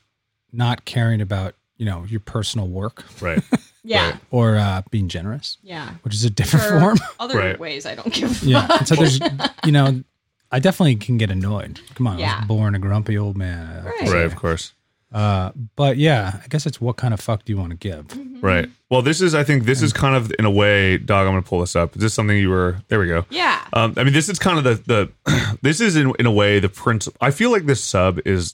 E: not caring about you know your personal work
D: right
H: Yeah,
D: Right.
E: or uh, being generous,
H: yeah.
E: which is a different
H: Or
E: form.
H: Other
D: Right.
H: ways I don't give. a
E: yeah,
H: fuck.
E: and so there's you know, I definitely can get annoyed. Come on, I
H: Yeah.
E: was born a grumpy old man.
H: Right.
D: right of course
E: Uh, but yeah, I guess it's what kind of fuck do you want to give?
D: Right. Well, this is, I think, this is kind of in a way, dog. I'm going to pull this up. Is this something you were? There we go.
H: Yeah.
D: Um, I mean, this is kind of the the. this is in in a way the principle. I feel like this sub is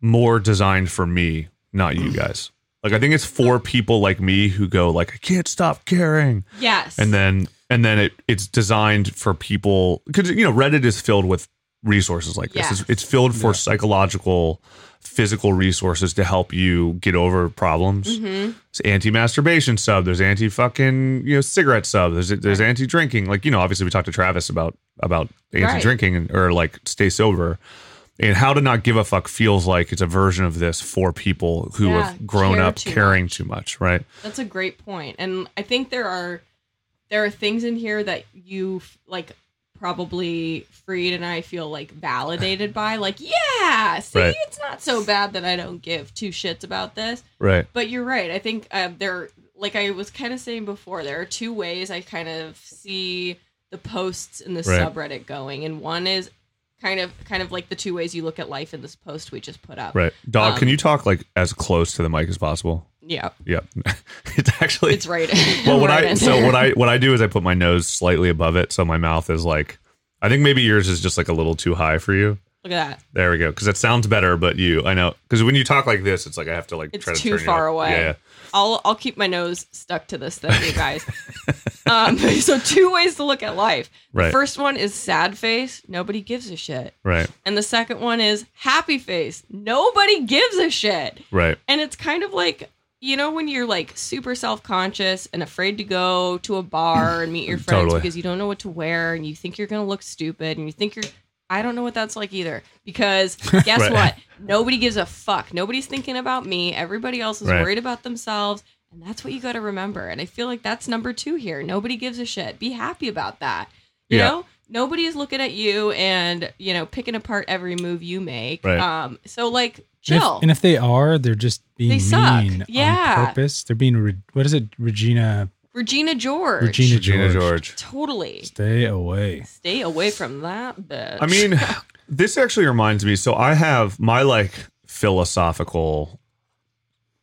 D: more designed for me, not you guys. Like, I think it's for people like me who go like, I can't stop caring,
H: Yes.
D: and then and then it it's designed for people because you know Reddit is filled with resources like this.
H: Yes.
D: It's, it's filled for psychological, physical resources to help you get over problems.
H: Mhm.
D: It's anti-masturbation sub. There's anti-fucking you know cigarette sub. There's there's anti-drinking. Like you know, obviously we talked to Travis about about anti-drinking and or like stay sober. And how to not give a fuck feels like it's a version of this for people who
H: Yeah,
D: have grown
H: care
D: up
H: too
D: caring
H: much.
D: too much, right?
H: That's a great point, and I think there are there are things in here that you f- like probably Freed and I feel like validated by, like yeah, see,
D: Right.
H: it's not so bad that I don't give two shits about this.
D: Right.
H: But you're right. I think uh, there, like I was kind of saying before, there are two ways I kind of see the posts in the
D: Right.
H: subreddit going, and one is kind of kind of like the two ways you look at life in this post we just put up.
D: Right. Dog,
H: Um,
D: can you talk like as close to the mic as possible?
H: Yeah,
D: Yeah. it's actually
H: it's right.
D: Well, what
H: right
D: I
H: in
D: so
H: there.
D: what I what I do is I put my nose slightly above it, so my mouth is like. I think maybe yours is just like a little too high for you.
H: look at that.
D: There we go, because it sounds better. But you, I know, because when you talk like this, it's like I have to like
H: It's
D: try to
H: too
D: turn you
H: far
D: up.
H: away.
D: Yeah,
H: I'll I'll keep my nose stuck to this thing, you guys. um, so two ways to look at life.
D: Right.
H: The first one is sad face. Nobody gives a shit.
D: right,
H: And the second one is happy face. Nobody gives a shit.
D: right,
H: And it's kind of like, you know, when you're like super self conscious and afraid to go to a bar and meet your friends
D: Totally.
H: because you don't know what to wear and you think you're going to look stupid and you think you're. I don't know what that's like either because guess
D: Right.
H: what? Nobody gives a fuck. Nobody's thinking about me. Everybody else is
D: Right.
H: worried about themselves. And that's what you got to remember. And I feel like that's number two here. Nobody gives a shit. Be happy about that. You
D: Yeah.
H: know, nobody is looking at you and, you know, picking apart every move you make.
D: Right.
H: Um, so, like,
E: And if-
H: chill.
E: And if, they are, they're just being
H: They suck.
E: mean
H: Yeah.
E: on purpose. They're being re- what is it, Regina?
H: Regina George.
E: Regina,
D: Regina
E: George.
D: George.
H: Totally.
E: Stay away.
H: Stay away from that bitch.
D: I mean, this actually reminds me. So I have my like philosophical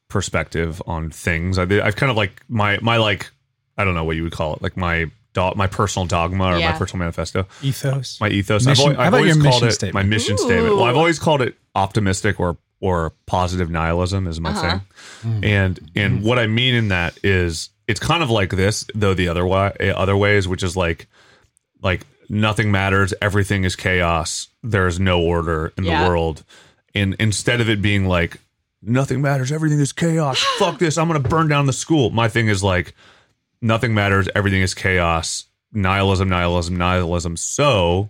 D: perspective on things. I, I've kind of like my my like I don't know what you would call it, like my dog, my personal dogma or my
H: Yeah.
D: personal manifesto,
E: Ethos.
D: my ethos.
E: Mission-
D: I've, al-
E: how
D: I've
E: about
D: always
E: your
D: called
E: mission
D: it
E: statement?
D: my mission
H: Ooh.
D: statement. Well, I've always called it optimistic or or positive nihilism is my
H: Uh-huh.
E: Hmm.
D: thing, and and what I mean in that is it's kind of like this, though the other way other ways, which is like like nothing matters everything is chaos there's no order in
H: Yeah.
D: the world and instead of it being like nothing matters everything is chaos fuck this i'm gonna burn down the school my thing is like nothing matters everything is chaos nihilism nihilism nihilism so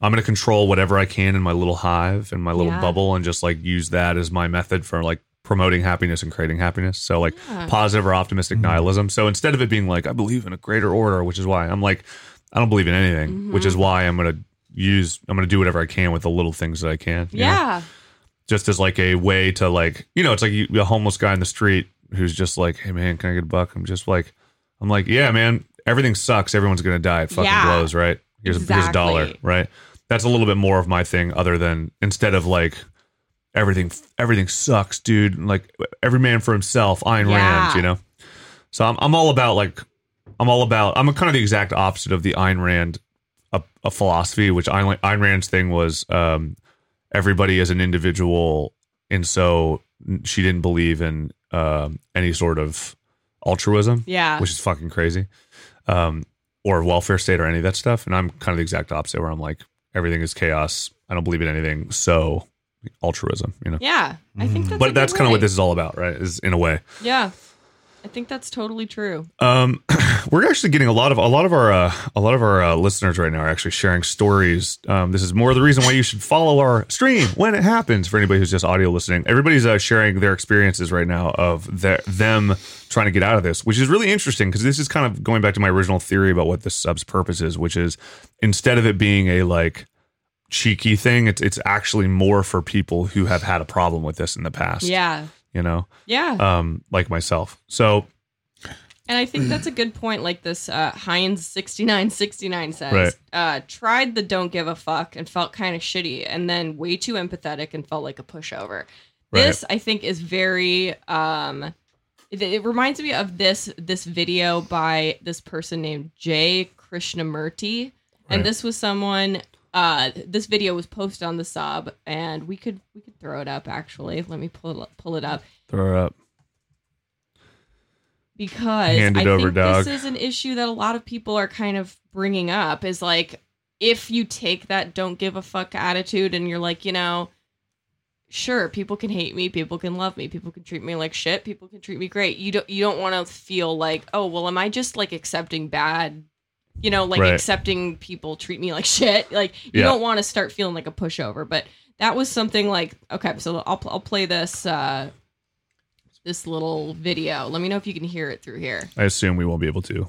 D: i'm gonna control whatever i can in my little hive and my little
H: Yeah.
D: bubble and just like use that as my method for like promoting happiness and creating happiness so like
H: Yeah.
D: positive or optimistic nihilism so instead of it being like i believe in a greater order which is why i'm like I don't believe in anything, which
H: Mm-hmm.
D: is why I'm gonna use I'm gonna do whatever I can with the little things that I can. you know?
H: yeah.
D: Just as like a way to like you know, it's like you, a homeless guy in the street who's just like, Hey man, can I get a buck? I'm just like I'm like, Yeah, man, everything sucks, everyone's gonna die. It fucking
H: Yeah.
D: blows, right? Here's, here's a dollar,
H: Exactly.
D: right? That's a little bit more of my thing, other than instead of like everything everything sucks, dude. Like every man for himself, Ayn
H: Yeah.
D: Rand, you know? So I'm I'm all about like I'm all about. I'm kind of the exact opposite of the Ayn Rand a, a philosophy, which Ayn, Ayn Rand's thing was um, everybody is an individual, and so she didn't believe in um, any sort of altruism,
H: Yeah.
D: which is fucking crazy, um, or welfare state or any of that stuff. And I'm kind of the exact opposite, where I'm like everything is chaos. I don't believe in anything, so altruism, you know.
H: Yeah. I think that's a
D: but
H: good
D: that's kind of
H: way.
D: what this is all about, right? Is in a way.
H: Yeah. I think that's totally true.
D: Um, we're actually getting a lot of a lot of our uh, a lot of our uh, listeners right now are actually sharing stories. Um, this is more the reason why you should follow our stream when it happens. For anybody who's just audio listening, everybody's uh, sharing their experiences right now of their, them trying to get out of this, which is really interesting because this is kind of going back to my original theory about what the sub's purpose is, which is instead of it being a like cheeky thing, it's it's actually more for people who have had a problem with this in the past.
H: Yeah.
D: you know,
H: Yeah.
D: um, like myself. So
H: And I think that's a good point, like this uh, Heinz 6969 says.
D: Right.
H: Uh, tried the don't give a fuck and felt kind of shitty, and then way too empathetic and felt like a pushover.
D: Right.
H: This, I think, is very. Um, it, it reminds me of this this video by this person named Jay Krishnamurti.
D: Right.
H: And this was someone. Uh, this video was posted on the sub, and we could we could throw it up. Actually, let me pull it up, pull it up
D: throw her up.
H: because
D: Hand
H: I
D: it
H: think
D: over, dog.
H: this is an issue that a lot of people are kind of bringing up is like if you take that don't give a fuck attitude and you're like, you know, sure, people can hate me, people can love me, people can treat me like shit, people can treat me great. You don't you don't want to feel like, oh, well, am I just like accepting bad you know, like
D: Right.
H: accepting people treat me like shit. Like you
D: Yeah.
H: don't want to start feeling like a pushover, but that was something like okay, so I'll I'll play this uh this little video. Let me know if you can hear it through here.
D: I assume we won't be able to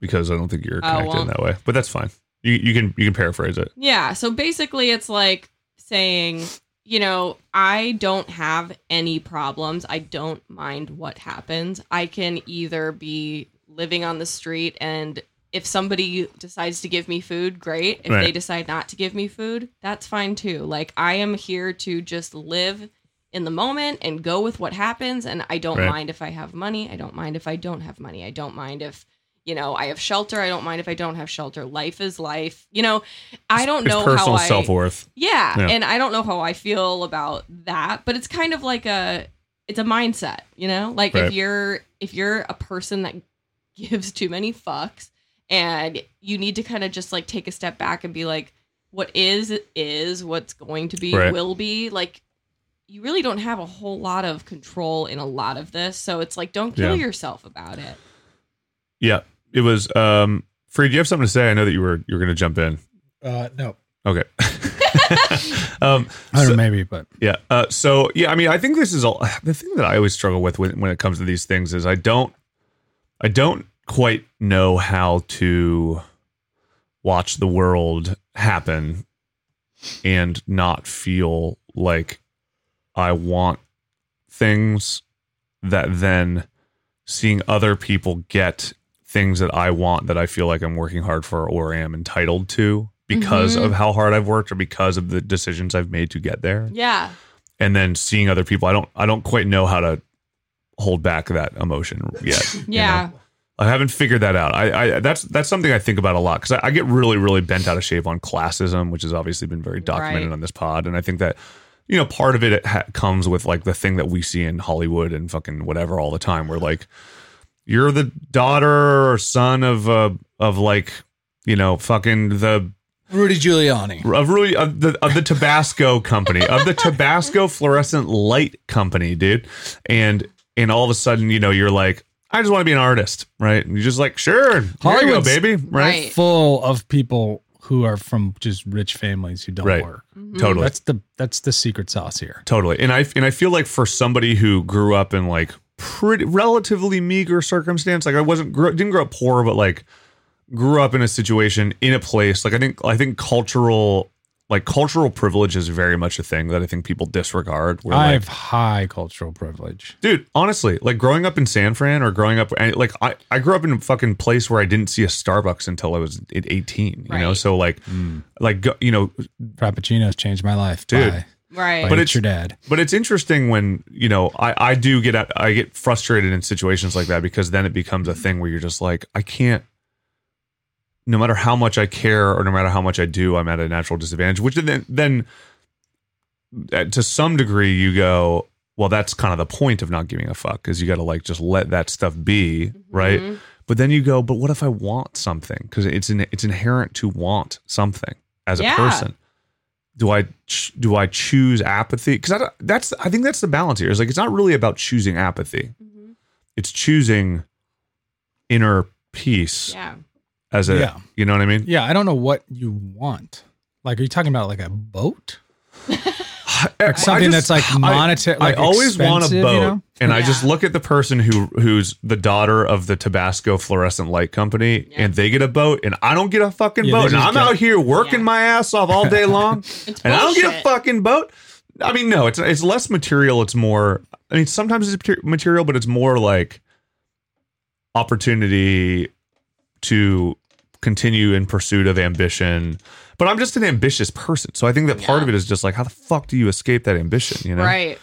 D: because I don't think you're
H: Oh,
D: connected
H: well.
D: in that way. But that's fine. You you can you can paraphrase it.
H: Yeah. So basically, it's like saying, you know, I don't have any problems. I don't mind what happens. I can either be living on the street and if somebody decides to give me food, great. If
D: Right.
H: they decide not to give me food, that's fine too. Like I am here to just live in the moment and go with what happens and I don't
D: Right.
H: mind if I have money, I don't mind if I don't have money. I don't mind if you know, I have shelter. I don't mind if I don't have shelter. Life is life. You know, I don't
D: It's
H: know how
D: personal
H: I
D: self worth.
H: yeah,
D: Yeah.
H: and I don't know how I feel about that, but it's kind of like a it's a mindset, you know? Like
D: Right.
H: if you're if you're a person that gives too many fucks and you need to kind of just like take a step back and be like what is is what's going to be
D: Right.
H: will be like you really don't have a whole lot of control in a lot of this, so it's like don't kill
D: Yeah.
H: yourself about it.
D: Yeah, it was. Um, Free. Do you have something to say? I know that you were you were going to jump in.
E: Uh, no,
D: Okay. um,
E: I don't
D: So-
E: know, maybe, but
D: yeah. Uh, so yeah, I mean, I think this is all the thing that I always struggle with when when it comes to these things is I don't I don't quite know how to watch the world happen and not feel like I want things that then seeing other people get things that I want that I feel like I'm working hard for or am entitled to because
H: Mhm.
D: of how hard I've worked or because of the decisions I've made to get there
H: Yeah.
D: and then seeing other people i don't i don't quite know how to hold back that emotion yet you
H: Yeah.
D: know? i haven't figured that out i i that's that's something i think about a lot because I, I get really really bent out of shape on classism which has obviously been very documented
H: Right.
D: on this pod and i think that you know part of it, it ha- comes with like the thing that we see in hollywood and fucking whatever all the time where like you're the daughter or son of uh of like you know fucking the
E: Rudy Giuliani.
D: of really of the of the Tabasco company of the Tabasco fluorescent light company, dude, and and all of a sudden you know you're like I just want to be an artist, right? And you're just like sure, here you go,
E: Hollywood's-
D: baby, right?
H: Right.
E: Full of people who are from just rich families who don't
D: Right.
E: work.
D: Totally,
E: That's the that's the secret sauce here.
D: totally. And I and I feel like for somebody who grew up in like pretty relatively meager circumstance, like I wasn't grew, didn't grow up poor, but like grew up in a situation in a place like I think I think cultural. Like cultural privilege is very much a thing that I think people disregard. where,
E: I
D: like,
E: have high cultural privilege.
D: dude honestly like growing up in san fran or growing up and, like I, I grew up in a fucking place where i didn't see a starbucks until i was at 18 you know
H: Right.
D: so like like go- you know
E: Frappuccinos changed my life,
D: Dude.
E: Bye.
H: Right.
E: Bye,
D: But
E: it's
D: it's-
E: your dad.
D: but it's interesting when you know i i do get out- i get frustrated in situations like that because then it becomes a thing where you're just like i can't no matter how much i care or no matter how much i do i'm at a natural disadvantage which then then uh, to some degree you go well that's kind of the point of not giving a fuck is you got to like just let that stuff be right
H: Mhm.
D: but then you go but what if i want something because it's in, it's inherent to want something as
H: Yeah.
D: a person do i ch- do i choose apathy because I don't- that's i think that's the balance here is like it's not really about choosing apathy
H: Mhm.
D: it's choosing inner peace
H: Yeah.
D: as a
E: Yeah.
D: you know what i mean
E: Yeah, I don't know what you want. Like, are you talking about like a boat?
D: I
E: Like something
D: just-
E: that's like monetary.
D: I always want a boat, and I just
H: Yeah.
D: look at the person who who's the daughter of the Tabasco fluorescent light company,
H: Yeah.
D: and they get a boat, and I don't get a fucking
E: Yeah, they
D: boat, and
E: just
D: I'm
E: get-
D: out here working
H: Yeah.
D: my ass off all day long,
H: It's
D: and I don't get a
H: bullshit.
D: fucking boat. I mean, no, it's it's less material. It's more. I mean, sometimes it's mater- material, but it's more like opportunity to continue in pursuit of ambition. But I'm just an ambitious person, so I think that part
H: Yeah.
D: of it is just like, how the fuck do you escape that ambition? You know,
H: Right.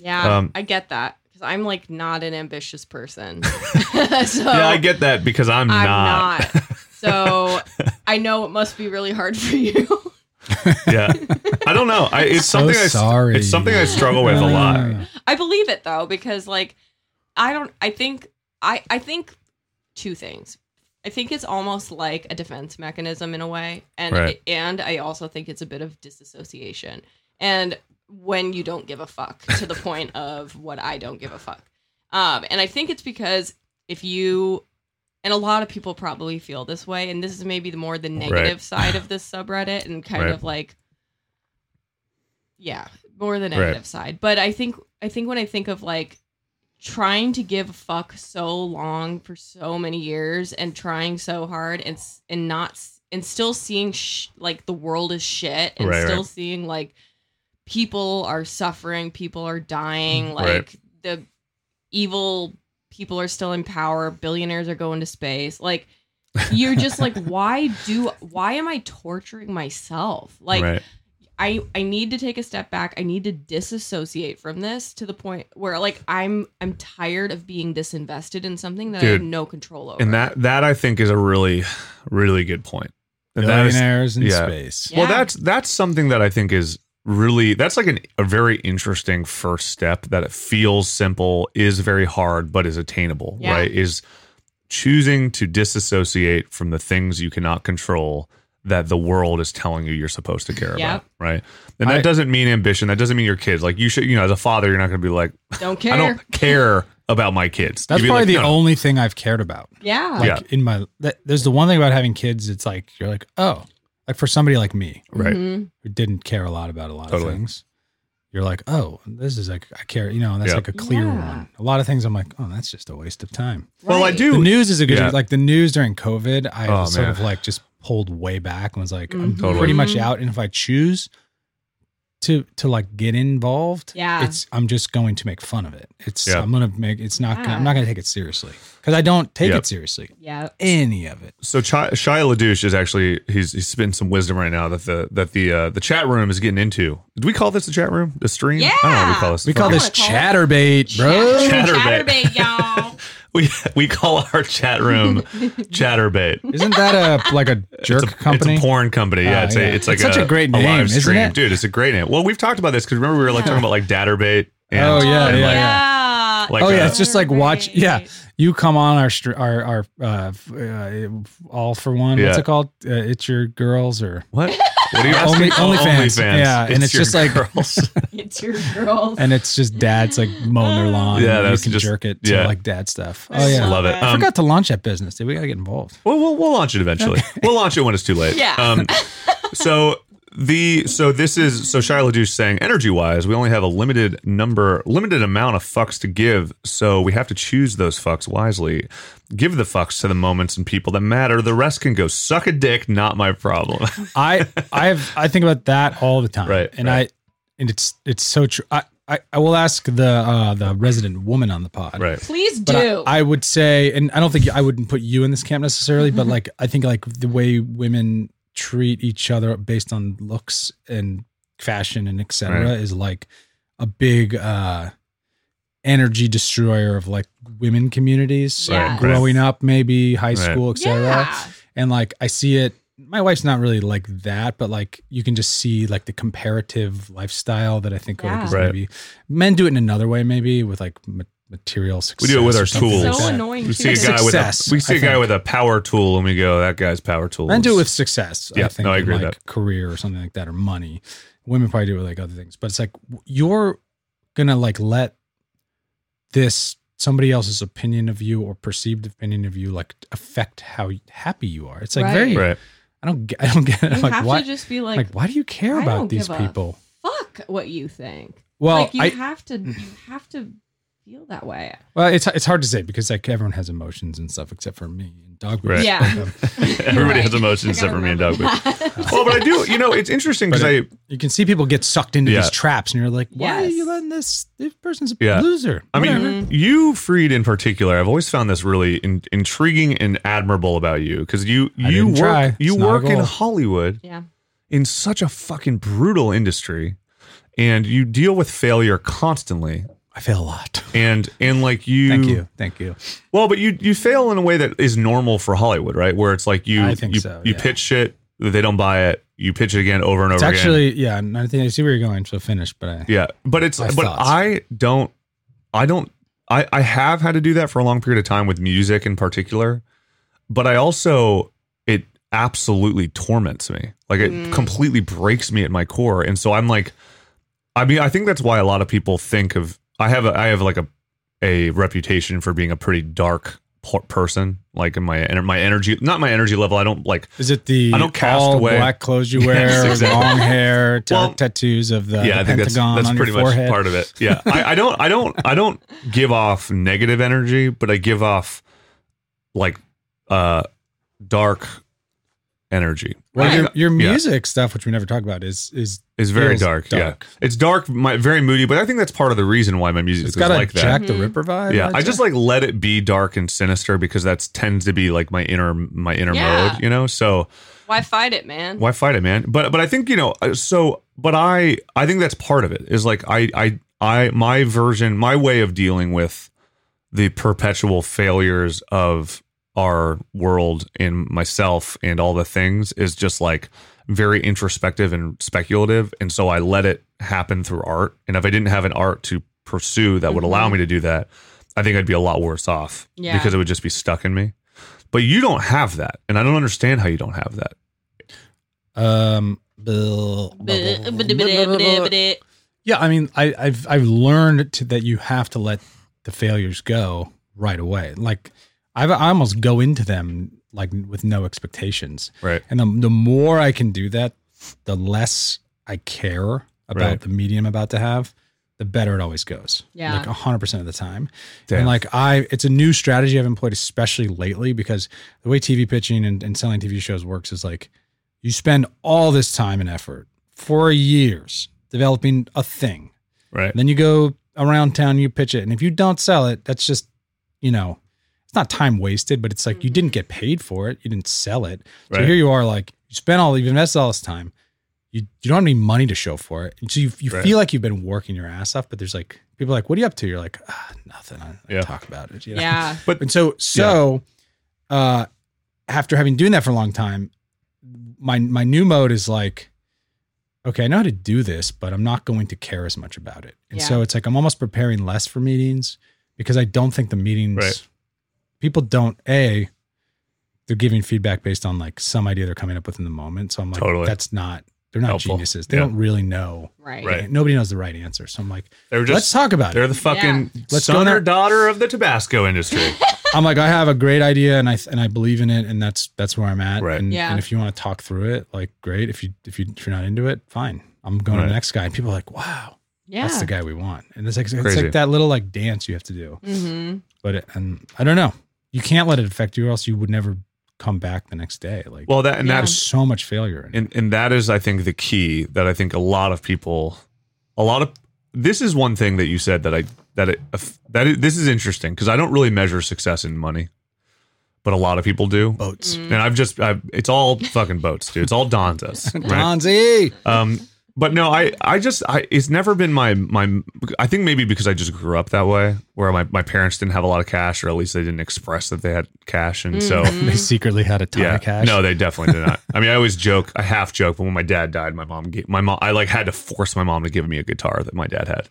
H: Yeah,
D: Um,
H: I get that because I'm like not an ambitious person. so
D: yeah, I get that because I'm,
H: I'm
D: not.
H: not. So I know it must be really hard for you.
D: yeah, I don't know. I, it's
E: So
D: something. I,
E: sorry.
D: It's something I struggle with a lot.
H: I believe it though because like I don't. I think I I think two things. I think it's almost like a defense mechanism in a way, and
D: Right.
H: and I also think it's a bit of disassociation. And when you don't give a fuck to the point of what I don't give a fuck, um, and I think it's because if you and a lot of people probably feel this way, and this is maybe the more the negative side of this subreddit, and kind
D: Right.
H: of like, yeah, more the
D: Right.
H: negative side. But I think I think when I think of like trying to give a fuck so long for so many years and trying so hard and s- and not s- and still seeing sh- like the world is shit and
D: Right,
H: still
D: right.
H: seeing like people are suffering, people are dying, like
D: Mm, Right.
H: the evil people are still in power, billionaires are going to space. Like you're just like why do why am i torturing myself like
D: right.
H: i i need to take a step back i need to disassociate from this to the point where like i'm i'm tired of being disinvested in something that i have
D: Dude.
H: no control over
D: And that that I think is a really really good point. And that is-
E: Billionaires in
D: yeah.
E: space.
H: Yeah.
D: Well, that's that's something that I think is really that's like an, a very interesting first step that it feels simple, is very hard, but is attainable.
H: Yeah.
D: Right? Is choosing to disassociate from the things you cannot control that the world is telling you you're supposed to care
H: Yep.
D: about. Right? And that
E: I-
D: doesn't mean ambition. That doesn't mean your kids. Like you should, you know, as a father, you're not going to be like,
H: don't care
D: I don't care about my kids.
E: That's
D: You'd be
E: probably
D: like,
E: the
D: "No, no,
E: only thing I've cared about.
H: yeah
E: Like
D: Yeah.
E: in my, that, there's the one thing about having kids. It's like you're like, oh, like for somebody like me
D: Right.
H: Mhm.
E: who didn't care a lot about a lot
D: Totally.
E: of things, you're like, oh, this is like I care. You know, that's
D: Yeah.
E: like a clear
H: Yeah.
E: one. A lot of things I'm like, oh, that's just a waste of time.
D: Well, I
H: Right.
D: do.
E: The news is a good
D: Yeah.
E: like the news during COVID. I
D: Oh,
E: sort
D: man.
E: of like just pulled way back and was like, I'm
H: Mhm.
D: Totally.
E: pretty much out. And if I choose to to like get involved,
H: Yeah.
E: it's I'm just going to make fun of it. It's
D: Yeah.
E: I'm gonna make it's not gonna, I'm
H: Yeah.
E: not gonna take it seriously because I don't take
D: Yep.
E: it seriously
H: yeah
E: any of it.
D: so Chi- Shia LaDouche is actually he's he's spitting some wisdom right now that the that the uh, the chat room is getting into. Do we call this the chat room? The stream? I don't know what we
H: Yeah.
D: call this.
E: We call
D: Fucking-
E: this
H: call it-
E: chatterbait, bro.
D: Chatterbait.
H: chatterbait y'all
D: we we call our chat room chatterbait.
E: Isn't that a like a jerk
D: it's a,
E: company?
D: It's a porn company. Yeah,
E: Ah,
D: it's,
E: yeah.
D: A, it's like
E: It's such a great name,
D: live
E: isn't
D: stream.
E: it?
D: dude. It's a great name. Well, we've talked about this because remember we were like talking about like Datterbait. And,
E: Oh, yeah,
D: and,
E: yeah,
D: like,
H: yeah
D: like uh,
E: oh yeah,
D: a-
E: it's just like watch.
H: Right.
E: Yeah, you come on our str- our our uh, f- uh, all for one. What's
D: Yeah.
E: it called? Uh, it's your girls or
D: what? What are you
E: Only-
D: asking? Oh,
E: OnlyFans. Yeah, and it's
D: your
E: just like-
D: girls.
H: it's your girls
E: and it's just dads like mowing their lawn.
D: Yeah,
E: and
D: that's
E: you can
D: just-
E: jerk it to
D: yeah.
E: like dad stuff.
H: I
E: Oh yeah,
D: love it.
H: I
E: I
D: Um,
E: forgot to launch that business. Dude, we gotta get involved.
D: Well, we'll, we'll launch it eventually. We'll launch it when it's too late.
H: Yeah.
D: Um, so the so this is so Shia LaDouche saying energy wise, we only have a limited number, limited amount of fucks to give, so we have to choose those fucks wisely. Give the fucks to the moments and people that matter. The rest can go suck a dick. Not my problem.
E: I I have I think about that all the time.
D: Right,
E: And
D: right.
E: I and it's it's so true. I, I I will ask the uh the resident woman on the pod.
D: right.
H: please
E: But
H: do
E: I, I would say, and I don't think I wouldn't put you in this camp necessarily, but
H: Mm-hmm.
E: like I think like the way women treat each other based on looks and fashion and etc.
D: Right.
E: is like a big uh energy destroyer of like women communities
H: Right,
E: uh,
H: right.
E: growing up, maybe high school, etc.
H: yeah
E: And like I see it. My wife's not really like that, but like you can just see like the comparative lifestyle that I think like,
H: Yeah.
E: is
D: Right.
E: maybe men do it in another way, maybe with like ma- material
D: We
E: success.
D: do it with
E: or
D: our
E: something
D: tools.
E: like
H: So
E: that.
H: annoying.
D: We see a
E: It's
D: guy with a
E: success,
D: we see
E: I
D: a guy
E: think.
D: with a power tool, and we go, "That guy's power tool."
E: Men
D: is-
E: do it with success.
D: Yeah,
E: I think,
D: no, I
E: and,
D: agree with
E: like career or something like that or money. Women probably do it with like other things, but it's like w- you're gonna like let this somebody else's opinion of you or perceived opinion of you like affect how happy you are. It's like
H: Right.
E: very.
D: right.
E: I don't get. I don't get it.
H: you
E: I'm like
H: have
E: why?
H: to just be
E: like,
H: like,
E: why do you care
H: I
E: about
H: don't
E: these
H: give a
E: people?
H: fuck what you think
E: Well,
H: like you
E: I,
H: have to you have to feel that way
E: well, it's it's hard to say because like everyone has emotions and stuff except for me and dog.
D: Right.
H: Yeah.
D: Everybody
H: Right.
D: has emotions
H: I gotta
D: except for me and
H: remember
D: Doug. Well,
H: that.
D: but I do. You know, it's interesting because
E: But
D: I.
E: it- you can see people get sucked into
D: Yeah.
E: these traps, and you're like, why are
H: Yes.
E: you letting this? This person's a
D: Yeah.
E: loser.
D: I mean,
E: Whatever.
D: you, Freed, in particular, I've always found this really in- intriguing and admirable about you because you
E: I
D: you
E: didn't
D: work
E: try. It's
D: you
E: not a
D: work in
E: goal.
D: Hollywood
H: yeah
D: in such a fucking brutal industry, and you deal with failure constantly,
E: I fail a lot.
D: and and like you,
E: Thank you, thank you.
D: well, but you you fail in a way that is normal for Hollywood, right? Where it's like you
E: I think
D: you,
E: so,
D: you
E: yeah.
D: pitch shit, they don't buy it, you pitch it again over and
E: It's
D: over again.
E: actually yeah. and I think I see where you're going. So finish, but I,
D: Yeah, but it's
E: My
D: but
E: thoughts.
D: I don't I don't I I have had to do that for a long period of time with music in particular, but I also it absolutely torments me. Like it
H: Mm.
D: completely breaks me at my core, and so I'm like, I mean, I think that's why a lot of people think of I have a, I have like a a reputation for being a pretty dark p- person like in my ener- my energy not my energy level i don't like
E: is it the
D: I don't cast
E: all
D: away.
E: black clothes you
D: Yes,
E: wear,
D: exactly.
E: long hair, ta-
D: Well,
E: tattoos of the,
D: yeah,
E: the
D: I think that's
E: Pentagon
D: that's
E: on
D: pretty
E: your
D: much
E: forehead?
D: part of it. Yeah, I, I don't, I don't, I don't give off negative energy, but I give off like uh dark energy.
E: Well, your, your
D: Yeah.
E: music stuff, which we never talk about, is is
D: It's very
E: feels
D: dark,
E: dark.
D: Yeah, it's dark, my, very moody. But I think that's part of the reason why my music
E: it's
D: is
E: got a
D: like that.
E: Jack
H: Mm-hmm.
E: the Ripper vibe.
D: yeah, I just like let it be dark and sinister because that's tends to be like my inner my inner
H: Yeah.
D: mode, you know. So
H: Why fight it, man?
D: why fight it, man? But but I think you know. uh, So but I I think that's part of it. Is like I I I my version my way of dealing with the perpetual failures of our world and myself and all the things is just like very introspective and speculative and so i let it happen through art and if i didn't have an art to pursue that would allow me to do that i think i'd be a lot worse off
H: Yeah.
D: because it would just be stuck in me but you don't have that and i don't understand how you don't have that
E: um. Bill.
H: Right.
E: Yeah, I mean, I, I've I've learned to, that you have to let the failures go right away. Like I've, I almost go into them like with no expectations,
D: right
E: and the the more I can do that, the less I care about
D: Right.
E: the medium I'm about to have. The better it always goes.
H: Yeah.
E: like hundred percent of the time.
D: Damn.
E: And like I, it's a new strategy I've employed, especially lately, because the way TV pitching and, and selling TV shows works is like you spend all this time and effort for years developing a thing.
D: right
E: And then you go around town, you pitch it. And if you don't sell it, that's just, you know, it's not time wasted, but it's like you didn't get paid for it. You didn't sell it. So
D: Right.
E: here you are, like you spent all, you've invested all this time. You, you don't have any money to show for it. And so you, you
D: Right.
E: feel like you've been working your ass off, but there's like, people are like, what are you up to? You're like, ah, nothing. I, I
D: Yeah.
E: talk about it. you know?
H: Yeah.
E: And so, so, uh, after having doing that for a long time, my my new mode is like, okay, I know how to do this, but I'm not going to care as much about it. And so it's like I'm almost preparing less for meetings because I don't think the meetings
D: Right.
E: people don't a they're giving feedback based on like some idea they're coming up with in the moment. So I'm like,
D: Totally.
E: that's not they're not
D: Helpful.
E: geniuses. They
D: Yeah.
E: don't really know.
D: Right.
E: Nobody knows the right answer. So I'm like,
D: they're
E: let's
D: just
E: talk about it.
D: they're the fucking
E: Let's go
D: son
E: now.
D: or daughter of the tabasco industry
E: I'm like, I have a great idea and I and I believe in it, and that's that's where I'm at.
D: Right.
E: And,
H: Yeah.
E: and if you want to talk through it, like, great. If you if you if you're not into it, fine. I'm going to
D: Right.
E: the next guy. And people are like, wow,
H: Yeah.
E: that's the guy we want. And it's like it's
D: Crazy.
E: like that little like dance you have to do.
H: Mm-hmm.
E: But it, and I don't know. You can't let it affect you, or else you would never come back the next day. Like,
D: well that and
H: Yeah.
D: that's
E: there's so much failure. In it.
D: and and that is i think the key that i think a lot of people a lot of this is one thing that you said that i that it uh, that it, this is interesting because i don't really measure success in money but a lot of people do
E: Boats,
D: and i've just I've, it's all fucking boats dude it's all donzas right?
E: Donzi.
D: um but no i i just i it's never been my my i think maybe because i just grew up that way where my, my parents didn't have a lot of cash or at least they didn't express that they had cash and so
E: They secretly had a ton of cash.
D: no, they definitely did not. I mean, I always joke, I half joke, but when my dad died, my mom gave my mom. I like had to force my mom to give me a guitar that my dad had.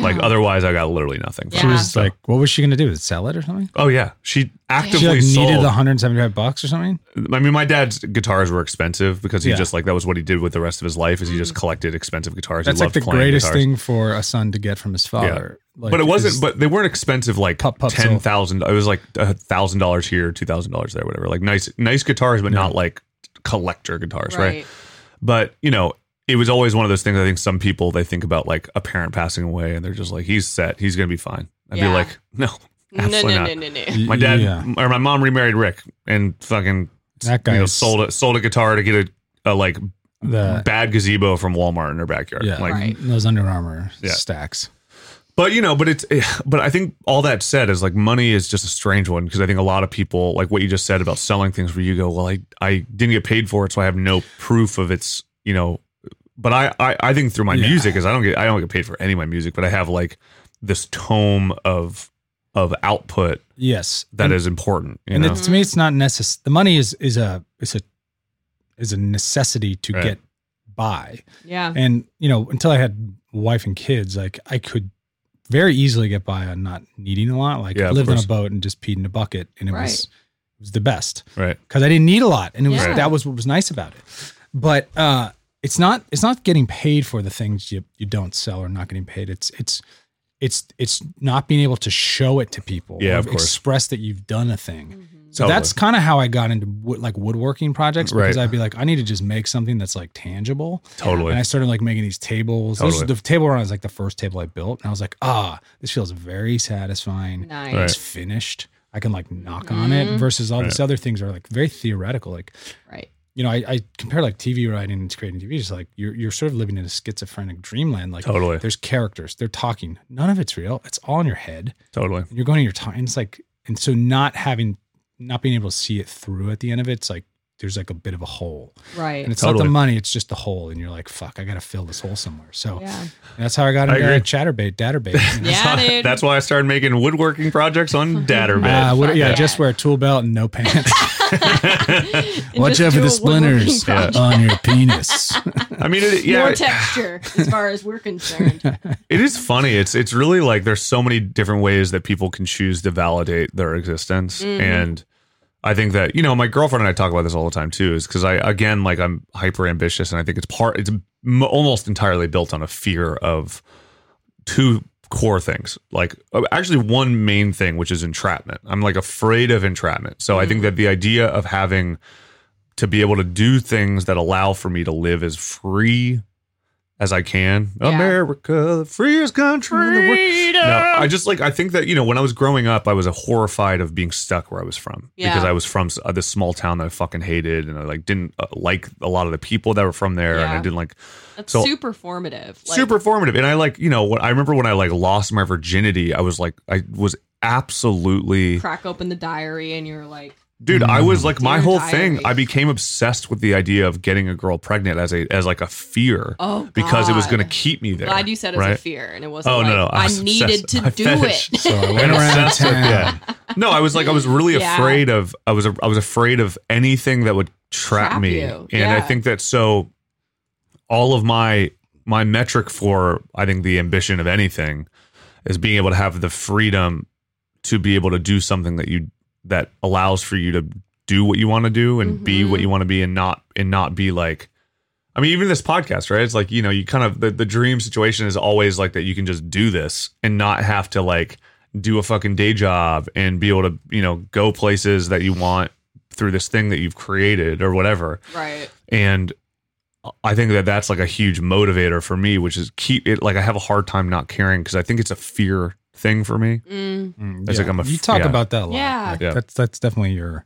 D: Like otherwise, I got literally nothing.
H: She
E: she
H: Yeah.
E: was like, what was she going to do? Sell it or something?
D: oh yeah, she
E: She
D: actively
E: like needed
D: sold.
E: 175 bucks or something.
D: I mean, my dad's guitars were expensive because he
E: Yeah.
D: just like that was what he did with the rest of his life is he just collected expensive guitars.
E: That's
D: he
E: like
D: loved
E: the
D: playing
E: greatest
D: guitars.
E: thing for a son to get from his father. Like,
D: but it
E: is-
D: wasn't. But they weren't expensive. Like
E: Pup Pupsil.
D: ten thousand. It was like thousand dollars here, two thousand dollars there, whatever. Like nice, nice guitars, but not like collector guitars, right? but you know it was always one of those things i think some people they think about like a parent passing away and they're just like he's set he's gonna be fine i'd
H: Yeah.
D: be like no
H: No, no,
D: absolutely
H: no,
D: not
H: no, no.
E: Y-
D: my dad
E: yeah.
D: or my mom remarried rick and fucking
E: That guy
D: you know,
E: is-
D: sold a sold a guitar to get a, a like
E: The-
D: bad gazebo from walmart in her backyard
E: yeah,
D: like
H: Right.
E: those Under Armour
D: Yeah.
E: stacks.
D: But you know, but it's eh, but I think all that said is like money is just a strange one because I think a lot of people like what you just said about selling things where you go, well, I I didn't get paid for it, so I have no proof of its you know. But I I, I think through my
E: Yeah.
D: music is I don't get I don't get paid for any of my music, but I have like this tome of of output
E: Yes,
D: that
E: and,
D: is important. You
E: and
D: know,
E: it- to me, it's not necessary. The money is is a is a is a necessity to
D: Right.
E: get by.
H: Yeah.
E: And you know, until I had wife and kids, like I could very easily get by on not needing a lot. Like
D: Yeah,
E: I
D: of
E: lived on a
D: course.
E: boat and just peed in a bucket, and it was
H: Right.
E: it was the best.
D: right?
E: because I didn't need a lot, and it was
H: Yeah.
E: that was what was nice about it. But uh, it's not it's not getting paid for the things you you don't sell or not getting paid. It's it's it's it's not being able to show it to people.
D: Yeah,
E: or
D: of course.
E: Express that you've done a thing.
H: Mm-hmm.
E: So
D: Totally.
E: that's kind of how I got into wood, like woodworking projects because
D: Right.
E: I'd be like, I need to just make something that's like tangible.
D: Totally.
E: And I started like making these tables. This is-
D: Totally.
E: the table run is like the first table I built, and I was like, ah, this feels very satisfying
H: Nice.
D: Right.
E: it's finished. I can like knock on it versus all these other things are like very theoretical. Like
H: Right.
E: you know, I, I compare like TV writing and creating TV. Just like you're you're sort of living in a schizophrenic dreamland. Like
D: Totally.
E: there's characters, they're talking. None of it's real. It's all in your head.
D: Totally.
E: And you're going in your time. It's like and so not having not being able to see it through at the end of it, it's like there's like a bit of a hole.
G: Right.
E: And it's not
D: Totally.
E: the money, it's just the hole. And you're like, fuck, I gotta fill this hole somewhere. So
G: Yeah.
E: that's how I got
D: I
E: into uh,
D: agree.
E: chatterbait, datterbait. you know?
H: Yeah, dude.
D: That's why I started making woodworking projects on
E: Uh,
D: Datterbed.
E: what- yeah,
G: yeah.
E: just wear a tool belt and no pants.
H: And just do a woodworking project.
E: uh, on your penis.
D: I mean, it, yeah,
G: More texture as far as we're concerned.
D: It is funny. It's it's really like there's so many different ways that people can choose to validate their existence, and I think that you know my girlfriend and I talk about this all the time too, is because I again like I'm hyper ambitious, and I think it's part it's m- almost entirely built on a fear of two core things, like uh, actually one main thing, which is entrapment. I'm like afraid of entrapment, so I think that the idea of having to be able to do things that allow for me to live as free as I can.
G: Yeah.
D: America, the freest country. in the world. No, I just like I think that you know when I was growing up, I was horrified of being stuck where I was from
H: Yeah.
D: because I was from s- uh, this small town that I fucking hated and I like didn't uh, like a lot of the people that were from there and I
H: Yeah.
D: didn't like
H: That's
D: So-
H: super formative. Like,
D: super formative. And I like you know what I remember when I like lost my virginity, I was like I was absolutely
H: crack open the diary and you're like,
D: dude i was like my
H: Dear
D: whole
H: diary.
D: thing i became obsessed with the idea of getting a girl pregnant as a as like a fear
H: oh,
D: because it was
H: God.
D: going to keep me there
H: Glad you said it was
D: right?
H: a fear and it wasn't.
D: oh
H: like,
D: no no
H: I,
D: was
H: needed
D: obsessed-
H: to
D: I
H: do
D: fetish.
H: it.
E: So I went around
D: obsessed with-
E: town.
D: yeah. no i was like i was really
H: Yeah.
D: afraid of i was i was afraid of anything that would trap,
H: Trap
D: me
H: you,
D: and i
H: yeah.
D: think that so all of my my metric for i think the ambition of anything is being able to have the freedom to be able to do something that you that allows for you to do what you want to do and be what you want to be and not and not be like I mean, even this podcast, right? It's like, you know, you kind of the, the dream situation is always like that you can just do this and not have to like do a fucking day job and be able to, you know, go places that you want through this thing that you've created or whatever.
H: Right.
D: And I think that that's like a huge motivator for me, which is keep it like I have a hard time not caring because I think it's a fear thing for me.
H: Mm.
E: Mm,
D: It's like I'm a f-
E: you talk
D: yeah.
E: about that a lot.
H: Yeah.
E: Like,
D: Yeah.
E: That's that's definitely your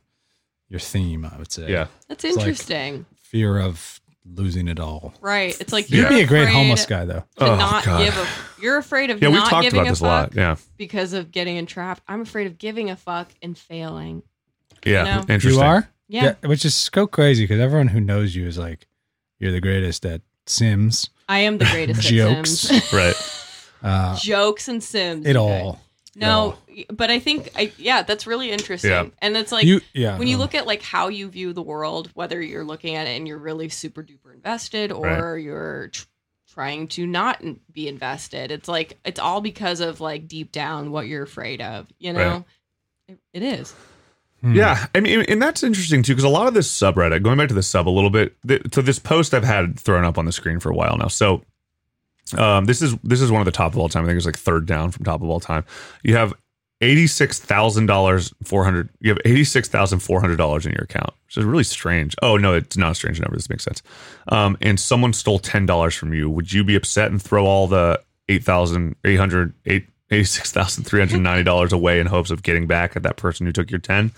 E: your theme, I would say.
D: Yeah.
H: That's
E: It's like-
H: interesting.
E: Fear of losing it all.
H: right. It's like
E: You'd
H: you're
E: be a great
H: afraid
E: homeless guy though.
H: To
D: Oh,
H: not
D: God.
H: give a, you're afraid of
D: Yeah, we've
H: not
D: talked
H: giving
D: about this a
H: a fuck
D: lot. Yeah.
H: because of getting entrapped. I'm afraid of giving a fuck and failing.
D: Yeah.
H: No.
D: Interesting.
E: You are?
H: Yeah.
E: Which is so crazy because everyone who knows you is like, you're the greatest at Sims,
H: I am the greatest at
E: Jokes.
H: Sims.
D: Right.
E: uh,
H: Jokes and Sims.
E: it
H: okay.
E: all.
H: No, but I think I yeah, that's really interesting.
D: Yeah.
H: And it's like
E: you, yeah.
H: when you
E: no.
D: Uh-huh.
H: look at like how you view the world, whether you're looking at it and you're really super duper invested or you're tr- trying to not n- be invested, it's like it's all because of like deep down what you're afraid of, you know? It, it is.
E: Hmm.
D: Yeah, I mean, and that's interesting too, because a lot of this subreddit, going back to the sub a little bit, th- to this post I've had thrown up on the screen for a while now. So, um, this is this is one of the top of all time. I think it's like third down from top of all time. You have eighty six thousand dollars four hundred. You have eighty six thousand four hundred dollars in your account, which is really strange. Oh no, it's not a strange number. This makes sense. Um, and someone stole ten dollars from you. Would you be upset and throw all the eight thousand eight hundred eight eighty six thousand three hundred ninety dollars away in hopes of getting back at that person who took your ten?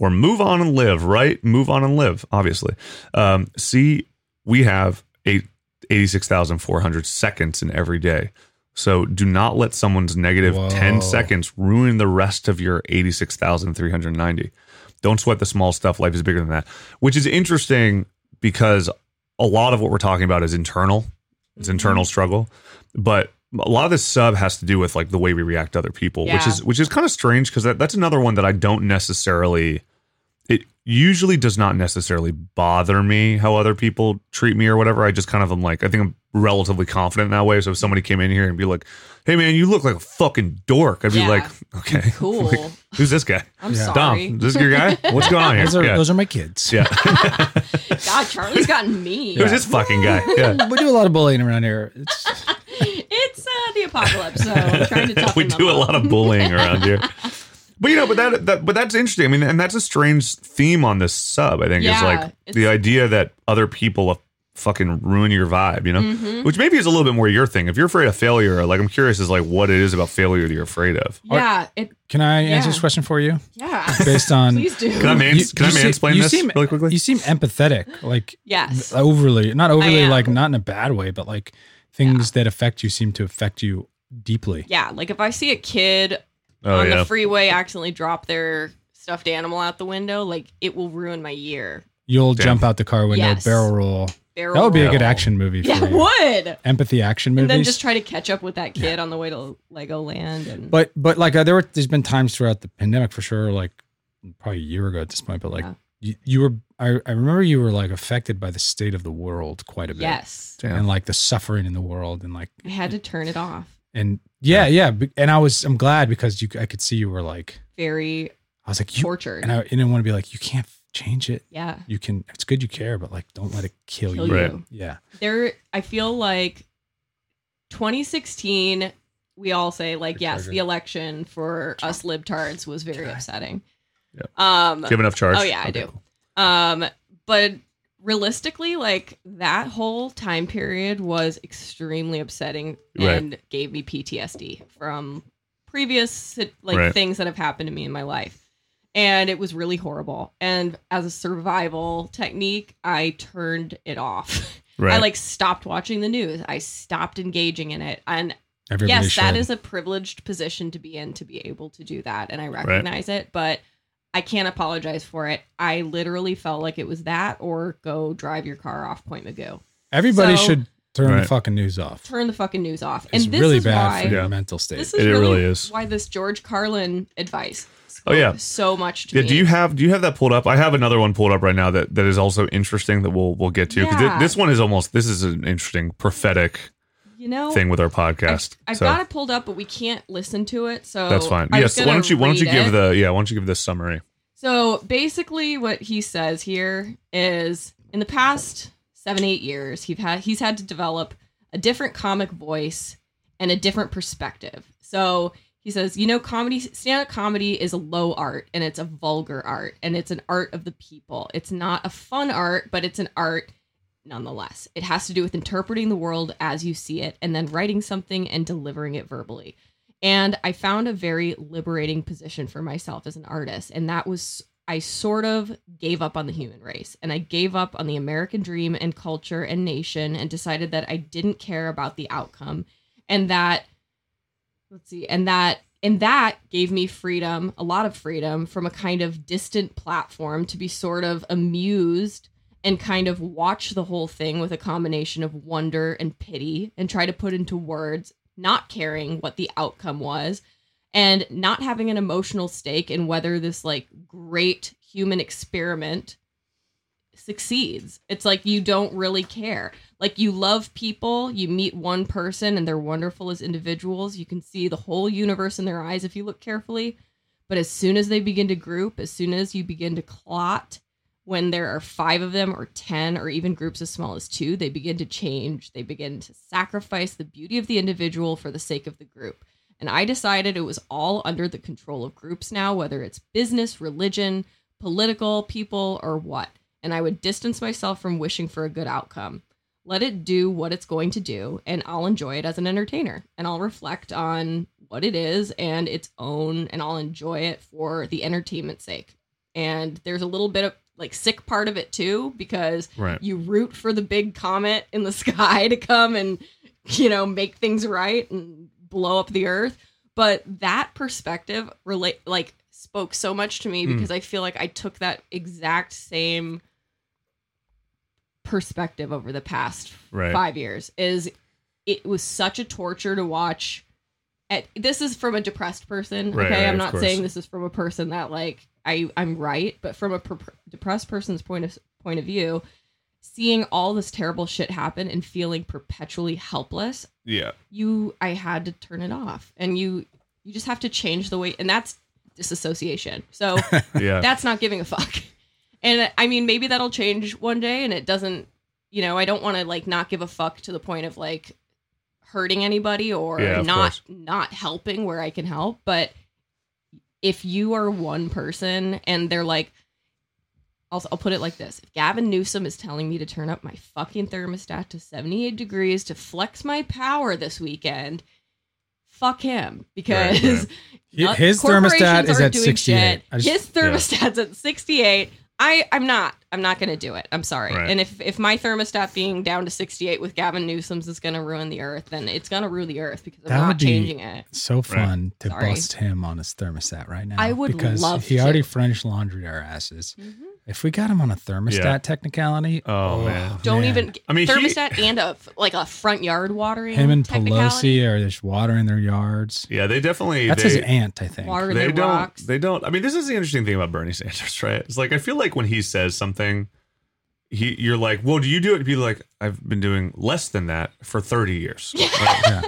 D: or move on and live, right? Move on and live, obviously. Um, see, we have eight, 86,400 seconds in every day. So do not let someone's negative
E: Whoa.
D: 10 seconds ruin the rest of your 86,390. Don't sweat the small stuff. Life is bigger than that, which is interesting because a lot of what we're talking about is internal. It's internal struggle, but a lot of this sub has to do with like the way we react to other people, which
H: Yeah.
D: is which is kind of strange because that, that's another one that I don't necessarily. It usually does not necessarily bother me how other people treat me or whatever. I just kind of am like, I think I'm relatively confident in that way. So if somebody came in here and be like, "Hey man, you look like a fucking dork," I'd be
H: Yeah.
D: like, "Okay,
H: Cool.
D: Like, who's this guy?
H: I'm
E: Yeah.
H: sorry.
D: Dom, is this your guy? What's going on here?
E: Those are,
D: yeah.
E: those are my kids.
D: yeah.
H: God, Charlie's gotten mean.
D: who's this fucking guy? Yeah.
E: We do a lot of bullying around here. It's,
H: It's uh, the apocalypse, so I'm trying to toughen
D: we
H: them
D: do a
H: up.
D: lot of bullying around here. But you know, but that, that but that's interesting. I mean, and that's a strange theme on this sub. I think is
H: Yeah,
D: like
H: it's-
D: the idea that other people fucking ruin your vibe, you know?
H: Mm-hmm.
D: Which maybe is a little bit more your thing. If you're afraid of failure, like I'm curious is like what it is about failure that you're afraid of.
H: Yeah, it.
E: Can I answer
H: Yeah.
E: this question for you?
H: Yeah,
E: Based on
H: please do.
D: Can I mans- can I
E: se-
D: mansplain
E: you
D: this
E: seem,
D: really quickly?
E: You seem empathetic, like
H: yes.
E: overly, not overly,
H: am.
E: like not in a bad way, but like things that affect you seem to affect you deeply.
H: Yeah, like if I see a kid
D: Oh
H: on
D: yeah.
H: the freeway accidentally drop their stuffed animal out the window, like it will ruin my year.
E: You'll
D: Damn.
E: jump out the car window,
H: Yes.
E: barrel roll.
H: Barrel
E: That would be a
H: roll.
E: good action movie.
H: Yeah,
E: for
H: it
E: you.
H: would.
E: Empathy action movies.
H: And then just try to catch up with that kid on the way to Legoland. And
E: But but like uh, there were there's been times throughout the pandemic for sure, like probably a year ago at this point. But like
H: Yeah.
E: you, you were, I, I remember you were like affected by the state of the world quite a bit,
H: yes,
D: Damn.
E: and like the suffering in the world, and like
H: I had to turn it off.
E: and yeah yeah. b- And I was I'm glad because you I could see you were like
H: Very
E: I was like you
H: tortured.
E: and I didn't want to be like you can't change it.
H: yeah,
E: You can it's good you care, but like don't let it kill,
H: kill
E: you.
H: you.
D: Right.
E: Yeah,
H: There, I feel like 2016. We all say like, yes,
E: Charger.
H: the election for us libtards was very
E: Okay.
H: upsetting.
D: Yeah.
H: Um,
D: Do you have enough charge?
H: Oh, yeah, I do.
D: cool.
H: Um, but realistically, like that whole time period was extremely upsetting
D: Right.
H: and gave me PTSD from previous like
D: Right.
H: things that have happened to me in my life. And it was really horrible. And as a survival technique, I turned it off.
D: Right.
H: I like stopped watching the news. I stopped engaging in it. And
E: everybody.
H: yes, that
E: should.
H: is a privileged position to be in to be able to do that, and I recognize it, but I can't apologize for it. I literally felt like it was that or go drive your car off Point Magoo.
E: everybody
H: so-
E: should turn the
D: Right.
E: fucking news off.
H: Turn the fucking news off.
E: It's
H: and this
E: really
H: is
E: bad
H: why
E: for your
D: Yeah.
E: mental state.
H: this is
D: It
H: really,
D: really is.
H: why this George Carlin advice.
D: Oh, yeah.
H: spoke so much to
D: Yeah,
H: me.
D: do you have do you have that pulled up? I have another one pulled up right now that that is also interesting that we'll we'll get to 'Cause thi-
H: Yeah.
D: this one is almost this is an interesting prophetic
H: you know
D: thing with our podcast.
H: I've
D: so
H: got it pulled up, but we can't listen to it. So
D: that's fine.
H: I'm
D: Yes,
H: gonna
D: why don't you why don't you
H: read
D: give
H: it.
D: the yeah why don't you give this summary?
H: So basically, what he says here is, in the past seven eight years, he've had he's had to develop a different comic voice and a different perspective. So he says, you know, comedy stand up comedy is a low art and it's a vulgar art and it's an art of the people. It's not a fun art, but it's an art nonetheless. It has to do with interpreting the world as you see it and then writing something and delivering it verbally and I found a very liberating position for myself as an artist. And that was, I sort of gave up on the human race and I gave up on the American dream and culture and nation and decided that I didn't care about the outcome and that, let's see, and that. And that gave me freedom, a lot of freedom from a kind of distant platform to be sort of amused and kind of watch the whole thing with a combination of wonder and pity and try to put into words not caring what the outcome was and not having an emotional stake in whether this like great human experiment succeeds. It's like you don't really care. Like you love people, you meet one person and they're wonderful as individuals. You can see the whole universe in their eyes if you look carefully. But as soon as they begin to group, as soon as you begin to clot, when there are five of them or 10 or even groups as small as two, they begin to change. They begin to sacrifice the beauty of the individual for the sake of the group. And I decided it was all under the control of groups now, whether it's business, religion, political people, or what. And I would distance myself from wishing for a good outcome. Let it do what it's going to do, and I'll enjoy it as an entertainer. And I'll reflect on what it is and its own, and I'll enjoy it for the entertainment's sake. And there's a little bit of like sick part of it too, because
D: Right.
H: you root for the big comet in the sky to come and you know make things right and blow up the earth but that perspective relate like spoke so much to me
D: Hmm.
H: because i feel like i took that exact same perspective over the past
D: Right.
H: five years is it was such a torture to watch at, this is from a depressed person
D: Right,
H: okay
D: right,
H: i'm
D: of
H: not
D: course.
H: saying this is from a person that like i i'm right but from a per- depressed person's point of point of view seeing all this terrible shit happen and feeling perpetually helpless
D: Yeah.
H: you i had to turn it off and you you just have to change the way and that's disassociation so
D: Yeah.
H: that's not giving a fuck and i mean maybe that'll change one day and it doesn't you know i don't want to like not give a fuck to the point of like hurting anybody or
D: Yeah, of
H: not
D: course.
H: not helping where i can help but if you are one person and they're like I'll, I'll put it like this if gavin newsom is telling me to turn up my fucking thermostat to 78 degrees to flex my power this weekend fuck him because
D: Right, right.
H: not-
E: His
H: corporations
E: thermostat is
H: aren't
E: at
H: doing
E: 68.
H: shit.
E: I just-
H: His thermostat's at 68. I I'm not. I'm not going to do it. I'm sorry.
D: Right.
H: And if if my thermostat being down to 68 with Gavin Newsom's is going to ruin the earth, then it's going to ruin the earth because I'm
E: That
H: not
E: would be-
H: changing it.
E: so fun to
H: Sorry.
E: bust him on his thermostat right now.
H: I would
E: because
H: love
E: he
H: to.
E: already French laundry our asses. If we got him on a thermostat
D: Yeah.
E: technicality,
D: Oh, man.
H: Don't
E: man.
H: even
D: I mean, he-
H: thermostat and a like a front yard watering.
E: him and
H: technicality.
E: Pelosi are just watering their yards.
D: Yeah, they definitely
E: That's
D: they,
E: his aunt, I think.
H: water
D: they
H: the
D: don't
H: rocks.
D: they don't i mean this is the interesting thing about bernie sanders right it's like i feel like when he says something he you're like well do you do it and be like i've been doing less than that for 30 years Like-
E: Yeah.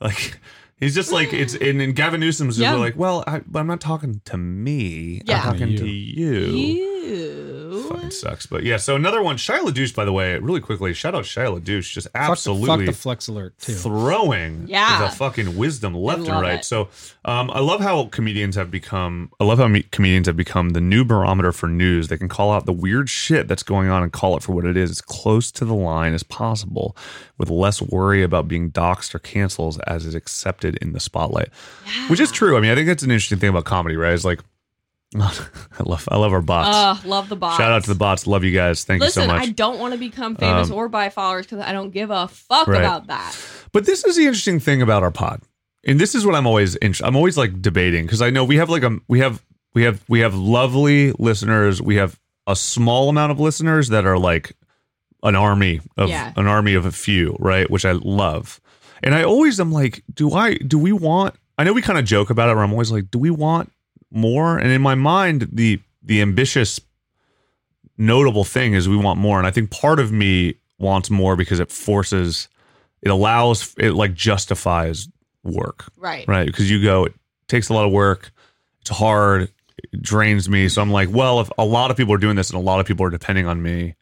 D: like he's just like it's and, and gavin newsom's just
H: Yeah.
D: like well I, i'm not talking to me
H: Yeah.
D: i'm talking
E: You.
D: to you
H: Ew.
D: fucking sucks but yeah so another one shia ladouche by the way really quickly shout out shia ladouche just absolutely
E: Fuck the, fuck the flex alert too.
D: throwing
H: Yeah.
D: the fucking wisdom left and
H: love
D: right.
H: it.
D: So um, I love how comedians have become. I love how me- comedians have become the new barometer for news. They can call out the weird shit that's going on and call it for what it is, as close to the line as possible, with less worry about being doxxed or cancels as is accepted in the spotlight. Which is true. I mean, I think that's an interesting thing about comedy, right? It's like I love I love our bots.
H: Uh, love the box.
D: Shout out to the bots. Love you guys. Thank
H: Listen,
D: you so much.
H: I don't want to become famous
D: Um,
H: or buy followers because I don't give a fuck
D: Right.
H: about that.
D: But this is the interesting thing about our pod, and this is what I'm always int- I'm always like debating because I know we have like a we have we have we have lovely listeners. We have a small amount of listeners that are like an army of
H: Yeah.
D: an army of a few, right? Which I love, and I always am like, do I do we want? I know we kind of joke about it, where I'm always like, do we want more? And in my mind, the the ambitious notable thing is we want more and i think part of me wants more because it forces it allows it like justifies work
H: Right.
D: right because you go it takes a lot of work it's hard it drains me so i'm like well if a lot of people are doing this and a lot of people are depending on me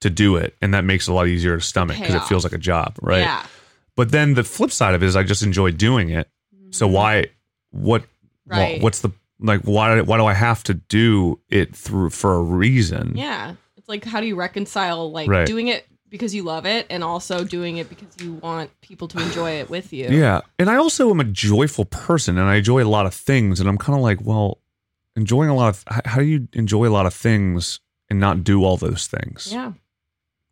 D: to do it and that makes it a lot easier to stomach because it
H: Payoff.
D: feels like a job right
H: Yeah.
D: but then the flip side of it is I just enjoy doing it. So why what wha-
H: Mm-hmm. Right.
D: what's the like why why do I have to do it through for a reason?
H: Yeah. It's like how do you reconcile like
D: Right.
H: doing it because you love it and also doing it because you want people to enjoy it with you.
D: Yeah. And I also am a joyful person and I enjoy a lot of things and I'm kind of like, well, enjoying a lot of h- how do you enjoy a lot of things and not do all those things?
H: Yeah.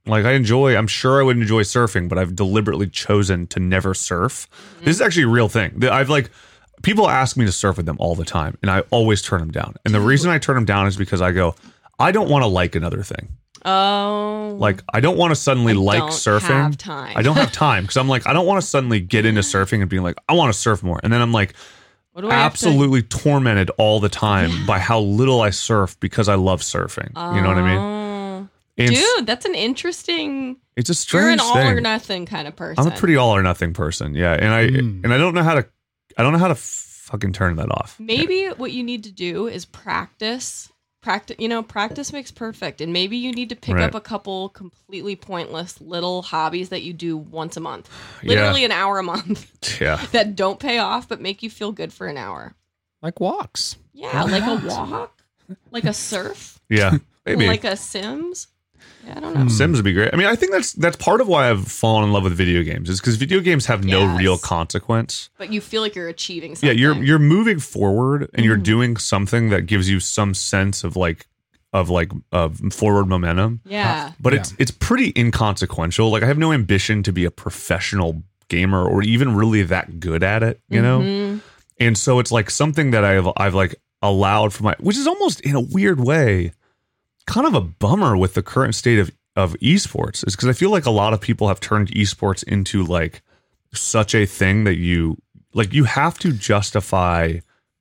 D: Like I enjoy, I'm sure I would enjoy surfing, but I've deliberately chosen to never surf.
H: Mm-hmm.
D: This is actually a real thing. The- I've like people ask me to surf with them all the time, and I always turn them down. And the reason I turn them down is because I go, I don't want to like another thing.
H: Oh.
D: Like I don't want to suddenly
H: I
D: like
H: don't
D: surfing.
H: have time.
D: I don't have time because I'm like I don't want to suddenly get into surfing and be like I want to surf more, and then I'm like
H: what do I have to-
D: absolutely tormented all the time by how little I surf because I love surfing. You know what I mean?
H: Oh.
D: And it's-
H: Dude, that's an interesting.
D: it's a strange
H: you're an all
D: thing.
H: or nothing kind of person.
D: I'm a pretty all or nothing person. Yeah, and I
E: Mm.
D: and I don't know how to I don't know how to fucking turn that off.
H: Maybe what you need to do is practice. Practice, you know, practice makes perfect, and maybe you need to pick
D: Right.
H: up a couple completely pointless little hobbies that you do once a month,
D: Yeah.
H: literally an hour a month,
D: Yeah.
H: that don't pay off but make you feel good for an hour.
E: Like walks.
H: Yeah,
E: Why
H: like
E: not?
H: a walk, like a surf,
D: Yeah. Maybe. Mm.
H: like a Sims. Yeah, I don't know.
D: Sims would be great. I mean, I think that's that's part of why I've fallen in love with video games is because video games have no
H: Yes.
D: real consequence.
H: But you feel like you're achieving something. Mm-hmm.
D: Yeah, you're you're moving forward and you're doing something that gives you some sense of like of like of forward momentum.
H: Yeah.
D: But it's it's pretty inconsequential. Like I have no ambition to be a professional gamer or even really that good at it, you know?
H: Mhm.
D: and so it's like something that I've I've like allowed for my, which is almost in a weird way, kind of a bummer with the current state of of esports, is because I feel like a lot of people have turned esports into like such a thing that you like you have to justify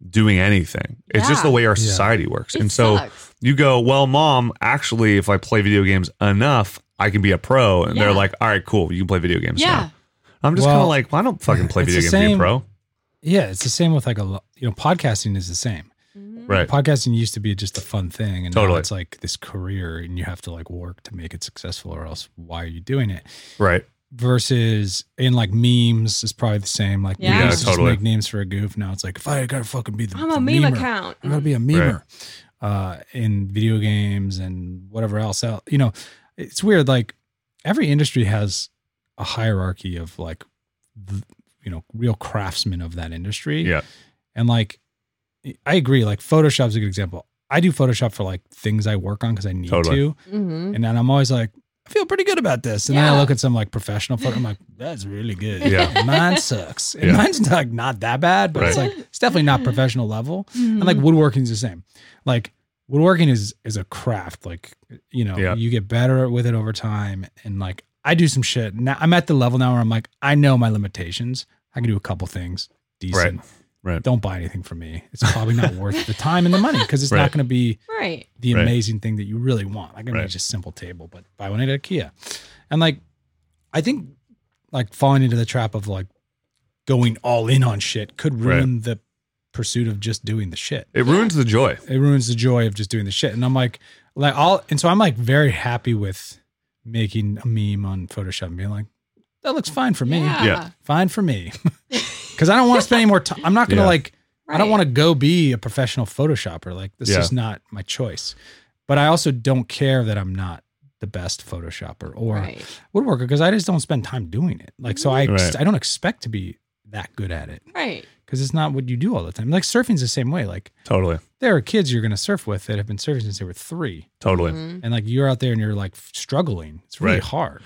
D: doing anything. It's just
H: Yeah.
D: the way our
E: Yeah.
D: society works,
H: It
D: and so
H: sucks.
D: you go, well, mom, actually, if I play video games enough. I can be a pro, and they're
H: Yeah.
D: like, "All right, cool, you can play video games
H: Yeah.
D: now." I'm just kind
E: Well,
D: of like, well, "I don't fucking play
E: it's
D: video
E: the
D: games to be a
E: same-
D: pro,
E: Yeah, it's the same with like a lo- you know podcasting is the same.
D: right?"
E: Podcasting used to be just a fun thing, and now
D: Totally.
E: it's like this career, and you have to like work to make it successful, or else why are you doing it?
D: Right.
E: versus in like memes is probably the same. Like
H: Yeah.
E: we
H: Yeah,
E: used to just
D: totally.
E: make names for a goof. Now it's like if I gotta fucking be the,
H: I'm
E: the
H: a meme
E: memer,
H: account.
E: I gotta be a memer. uh, in video games and whatever else. out- You know, it's weird. Like every industry has a hierarchy of like, the, you know, real craftsmen of that industry.
D: Yeah.
E: And like, I agree. Like Photoshop's a good example. I do Photoshop for like things I work on because I need
D: Totally.
E: to.
H: Mm-hmm.
E: And then I'm always like, I feel pretty good about this. And then I
H: Yeah.
E: look at some like professional photo. I'm like, that's really good.
D: Yeah.
E: And mine sucks. And
D: Yeah.
E: mine's like not that bad, but it's
D: Right.
E: like it's definitely not professional level.
H: Mm-hmm.
E: And like woodworking's the same. Like woodworking is is a craft. Like you know,
D: Yeah.
E: you get better with it over time. And like I do some shit. Now I'm at the level now where I'm like, I know my limitations. I can do a couple things decent.
D: Right.
E: Don't buy anything from me. It's probably not worth the time and the money because it's
D: Right.
E: not going to be
H: Right.
E: the
D: Right.
E: amazing thing that you really want. Like I mean,
D: Right.
E: it's just simple table, but buy one at IKEA. And like, I think like falling into the trap of like going all in on shit could
D: Right.
E: ruin the pursuit of just doing the shit.
D: It ruins the joy.
E: It ruins the joy of just doing the shit. And I'm like, like all, and so I'm like very happy with making a meme on Photoshop and being like, that looks fine for me.
H: Yeah.
D: Yeah.
E: Fine for me. Cause I don't want to spend any more time. I'm not going to
D: Yeah.
E: like, I don't
H: Right.
E: want to go be a professional photoshopper. Like this
D: Yeah.
E: is not my choice. But I also don't care that I'm not the best photoshopper or
H: Right.
E: woodworker because I just don't spend time doing it. Like so I ex-
D: Right.
E: I don't expect to be that good at it
H: Right.
E: because it's not what you do all the time. Like surfing's the same way. Like
D: Totally.
E: there are kids you're going to surf with that have been surfing since they were 3
D: Totally.
H: Mm-hmm.
E: and like you're out there and you're like struggling. It's really
D: Right.
E: hard.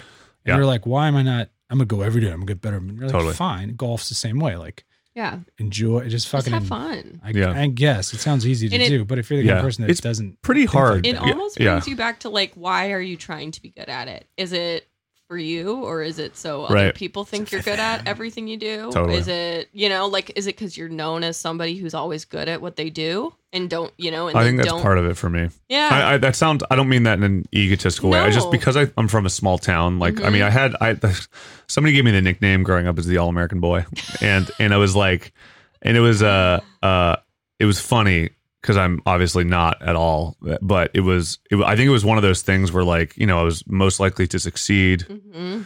E: And
D: Yeah.
E: you're like why am I not I'm going to go every day. I'm going to get better. And you're like
D: Totally.
E: fine. Golf's the same way. Like
H: Yeah.
E: enjoy just
H: Just
E: fucking
H: have fun.
E: I,
D: Yeah.
E: I guess it sounds easy to
H: And it-
E: do, but if you're the kind
D: Yeah.
E: of person that
D: It's
E: doesn't,
D: Pretty hard.
H: It
E: Yeah.
H: almost
D: yeah.
H: brings you back to like, why are you trying to be good at it? Is it for you or is it so other
D: Right.
H: people think you're good at everything you do?
D: Totally.
H: Is it, you know, like, is it because you're known as somebody who's always good at what they do and don't, you know, and
D: I
H: they
D: think that's
H: don't,
D: part of it for me.
H: yeah.
D: I, I, that sounds. I don't mean that in an egotistical way. I just
H: No. Mm-hmm.
D: because I, I'm from a small town. Like I mean, I had I somebody gave me the nickname growing up as the All American Boy, and and I was like, and it was uh uh it was funny because I'm obviously not at all, but it was. It, I think it was one of those things where like you know I was most likely to succeed
H: Mhm.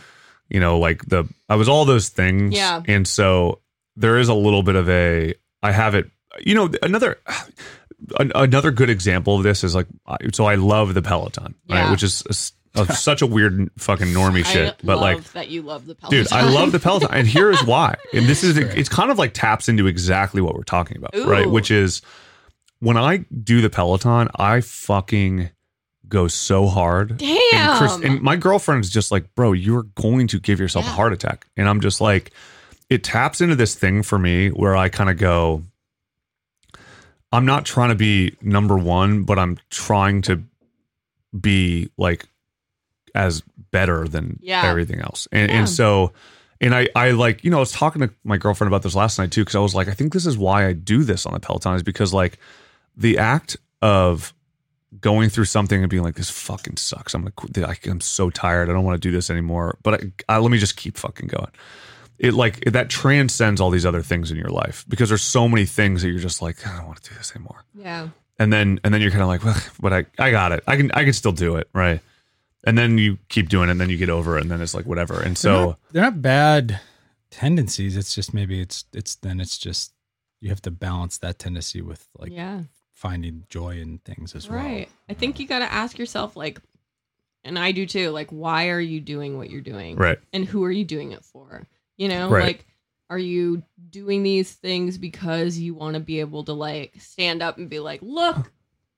D: you know, like the I was all those things.
H: Yeah.
D: And so there is a little bit of a I have it. You know, another an, another good example of this is like I- so I love the Peloton, right?
H: Yeah.
D: Which is a s- a- such a weird fucking normie
H: I
D: shit, but
H: love
D: like.
H: that you love the Peloton.
D: Dude, I love the Peloton, and here is why. And this is it's kind of like taps into exactly what we're talking about, right?
H: Ooh.
D: Which is when I do the Peloton, I fucking go so hard. And, Chris,
H: Damn.
D: and my girlfriend's just like, bro, you're going to give yourself a
H: Yeah.
D: heart attack. And I'm just like, it taps into this thing for me where I kind of go, I'm not trying to be number one, but I'm trying to be like as better than
H: Yeah.
D: everything else. And,
H: Yeah.
D: and so, and I, I like, you know, I was talking to my girlfriend about this last night too, because I was like, I think this is why I do this on the Peloton is because like the act of going through something and being like, this fucking sucks. I'm gonna quit. Like, I'm so tired. I don't want to do this anymore. But I, I, let me just keep fucking going. It like that transcends all these other things in your life because there's so many things that you're just like, I don't want to do this anymore
H: yeah.
D: and then and then you're kind of like, well, but I I got it. I can I can still do it, right? And then you keep doing it, and then you get over it, and then it's like whatever. And
E: they're
D: so
H: Uh-huh.
E: not, they're not bad tendencies. It's just maybe it's it's then it's just you have to balance that tendency with like
H: yeah.
E: finding joy in things as well.
H: Right. I think you got to ask yourself, like, and I do too, like, why are you doing what you're doing?
D: right,
H: and who are you doing it for? You know,
D: Right.
H: like are you doing these things because you want to be able to like stand up and be like, look,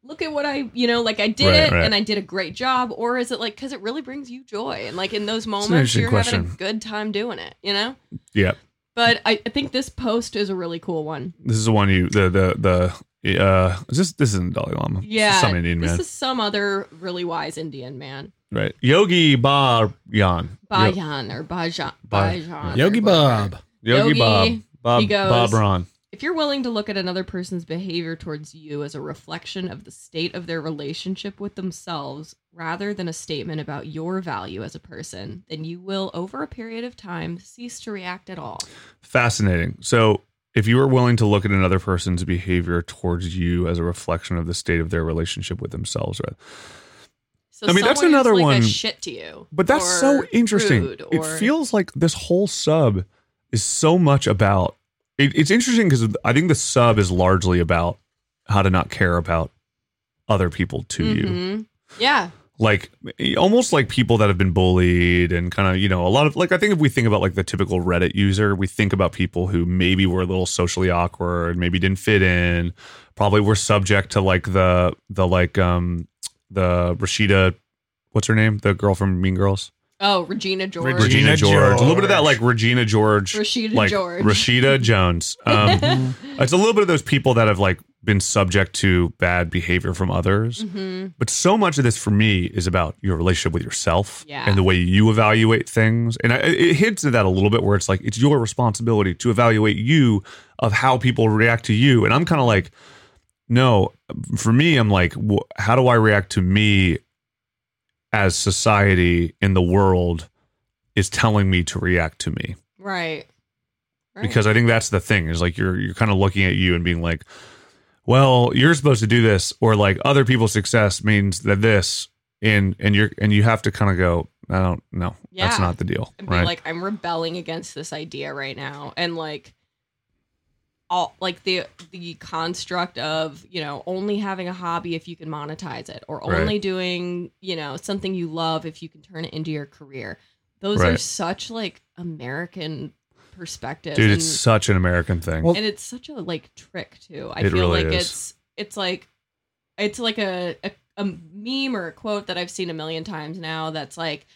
H: look at what I, you know, like I did
D: Right,
H: it
D: right.
H: and I did a great job, or is it like because it really brings you joy and like in those
D: an
H: moments
D: interesting
H: you're having a
D: question.
H: good time doing it, you know?
D: yeah.
H: But I, I think this post is a really cool one.
D: This is the one you the the the uh is this this isn't Dalai Lama. This is
H: Yeah,
D: some Indian
H: this
D: man,
H: is some other really wise Indian man,
D: right? Yogi Ba Yan, Yo-
H: Bajan or Bajan,
D: Ba-
H: Bajan, or
E: Yogi
H: whatever.
E: Bob.
D: Yogi,
H: Yogi,
D: Bob Bob
H: he goes-
D: Bob Ron.
H: If you're willing to look at another person's behavior towards you as a reflection of the state of their relationship with themselves rather than a statement about your value as a person, then you will, over a period of time, cease to react at all.
D: Fascinating. So, if you are willing to look at another person's behavior towards you as a reflection of the state of their relationship with themselves, right?
H: So
D: I mean, that's
H: someone who's,
D: another
H: like, a
D: one-
H: shit to you,
D: But that's so
H: or
D: interesting.
H: rude,
D: It
H: or-
D: feels like this whole sub is so much about. It, it's interesting because I think the sub is largely about how to not care about other people to you
H: Mhm. Yeah.
D: like almost like people that have been bullied and kind of you know a lot of like i think if we think about like the typical reddit user we think about people who maybe were a little socially awkward maybe didn't fit in probably were subject to like the the like um the rashida what's her name the girl from mean girls
H: Oh, Regina George.
E: Regina George.
D: a little bit of that like regina george
H: Rashida
D: like
H: George.
D: Rashida Jones. Um, it's a little bit of those people that have like been subject to bad behavior from others.
H: Mm-hmm.
D: But so much of this for me is about your relationship with yourself
H: Yeah.
D: and the way you evaluate things. And I, it hints at that a little bit where it's like it's your responsibility to evaluate you of how people react to you. And I'm kind of like, no, for me, I'm like, wh- how do I react to me as society in the world is telling me to react to me?
H: right. Right.
D: because I think that's the thing is like you're you're kind of looking at you and being like, well, you're supposed to do this, or like other people's success means that this, and and you're and you have to kind of go, I don't know,
H: Yeah.
D: that's not the deal,
H: and be
D: right?
H: like i'm rebelling against this idea right now and like all like the the construct of you know only having a hobby if you can monetize it or
D: Right.
H: only doing you know something you love if you can turn it into your career those are
D: Right.
H: such like american perspectives
D: Dude,
H: and,
D: it's such an American thing.
E: Well-
H: and it's such a like trick too i
D: Oh. It
H: feel
D: really
H: like
D: is.
H: it's it's like it's like a, a a meme or a quote that i've seen a million times now that's like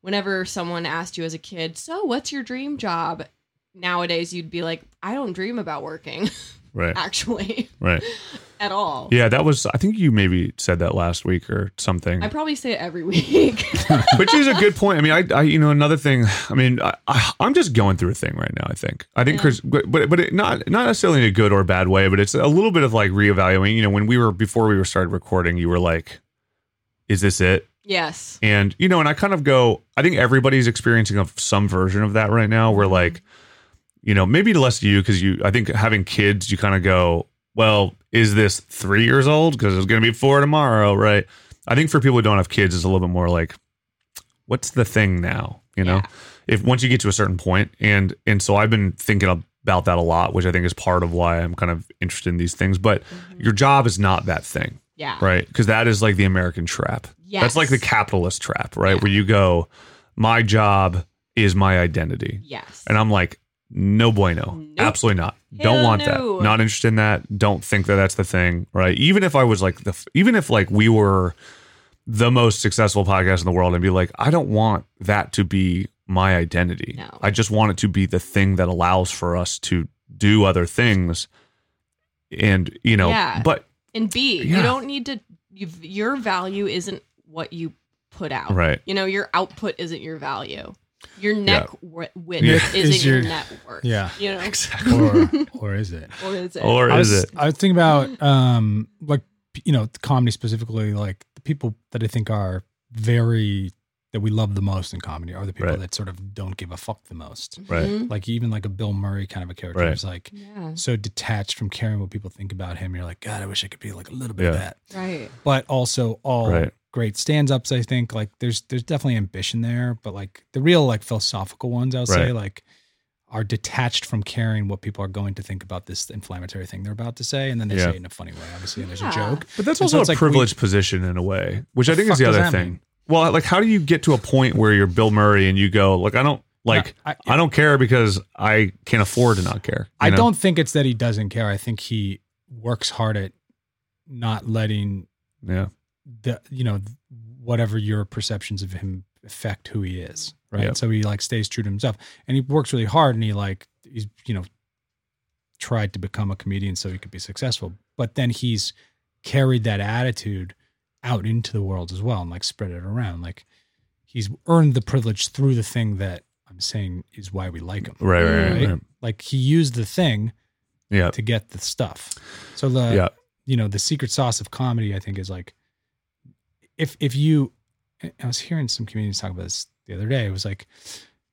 H: whenever someone asked you as a kid, "So, what's your dream job?" Nowadays, you'd be like, "I don't dream about working
D: right,
H: actually
D: right.
H: at all."
D: Yeah, that was. I think you maybe said that last week or something.
H: I probably say it every week.
D: which is a good point. I mean, I, I you know, another thing. I mean, I, I, I'm just going through a thing right now. I think, I think,
H: Yeah.
D: Chris, but but but it, not not necessarily in a good or bad way, but it's a little bit of like reevaluating. You know, when we were before we were started recording, you were like, "Is this it?"
H: yes.
D: And you know, and I kind of go, I think everybody's experiencing of some version of that right now. Where like, you know, maybe less you because you, I think having kids, you kind of go, well, is this three years old? Because it's going to be four tomorrow, right? I think for people who don't have kids, it's a little bit more like, what's the thing now? You know,
H: Yeah.
D: if once you get to a certain point, and and so I've been thinking about that a lot, which I think is part of why I'm kind of interested in these things. But your job is not that thing,
H: Yeah.
D: right? Because that is like the American trap.
H: Yes.
D: That's like the capitalist trap, right? Where you go, my job is my identity.
H: Yes.
D: And I'm like, no bueno.
H: Nope.
D: Absolutely not.
H: Hell
D: Don't want
H: no.
D: that. Not interested in that. Don't think that that's the thing, right? Even if I was like the, even if like we were the most successful podcast in the world and be like, I don't want that to be my identity.
H: No.
D: I just want it to be the thing that allows for us to do other things. And, you know,
H: Yeah.
D: but
H: and B, you
D: Yeah.
H: don't need to. You've, your value isn't what you put out.
D: Right.
H: You know, your output isn't your value. Your neck wi- width
D: Yeah.
H: isn't
E: Is
H: your,
E: your-
H: net worth.
E: yeah.
H: You know,
E: or or is it?
H: or is it?
D: or
E: I
D: is
E: was,
D: it?
E: I was thinking about um like you know comedy specifically like the people that I think are very that we love the most in comedy are the people
D: Right.
E: that sort of don't give a fuck the most.
D: Right.
H: Mhm.
E: Like even like a Bill Murray kind of a character
D: Right.
E: who's like
H: Yeah.
E: so detached from caring what people think about him. You're like, God, I wish I could be like a little bit of
D: Yeah.
E: that.
H: Right.
E: But also all
D: Right.
E: great stands ups, I think. Like there's there's definitely ambition there, but like the real like philosophical ones I'll say
D: Right.
E: like are detached from caring what people are going to think about this inflammatory thing they're about to say, and then they
D: Yeah.
E: say it in a funny way, obviously, and there's a
H: Yeah.
E: joke.
D: But that's
E: And so
D: also
E: it's
D: a
E: like we-
D: privileged position in a way, which I
E: The
D: think is
E: fuck
D: the
E: does
D: other
E: that
D: thing.
E: mean?
D: Well, like how do you get to a point where you're Bill Murray and you go, like I don't like
E: No, I-
D: I, don't care because I can't afford to not care. you
E: I
D: know?
E: don't think it's that he doesn't care. I think he works hard at not letting
D: Yeah.
E: the you know whatever your perceptions of him affect who he is right
D: Yeah.
E: so he like stays true to himself and he works really hard and he like he's you know tried to become a comedian so he could be successful but then he's carried that attitude out into the world as well and like spread it around like he's earned the privilege through the thing that i'm saying is why we like him
D: Right. Right. Right.
E: Right?
D: right.
E: like he used the thing
D: Yeah.
E: to get the stuff so the
D: yeah.
E: you know the secret sauce of comedy i think is like if if you i was hearing some comedians talk about this the other day it was like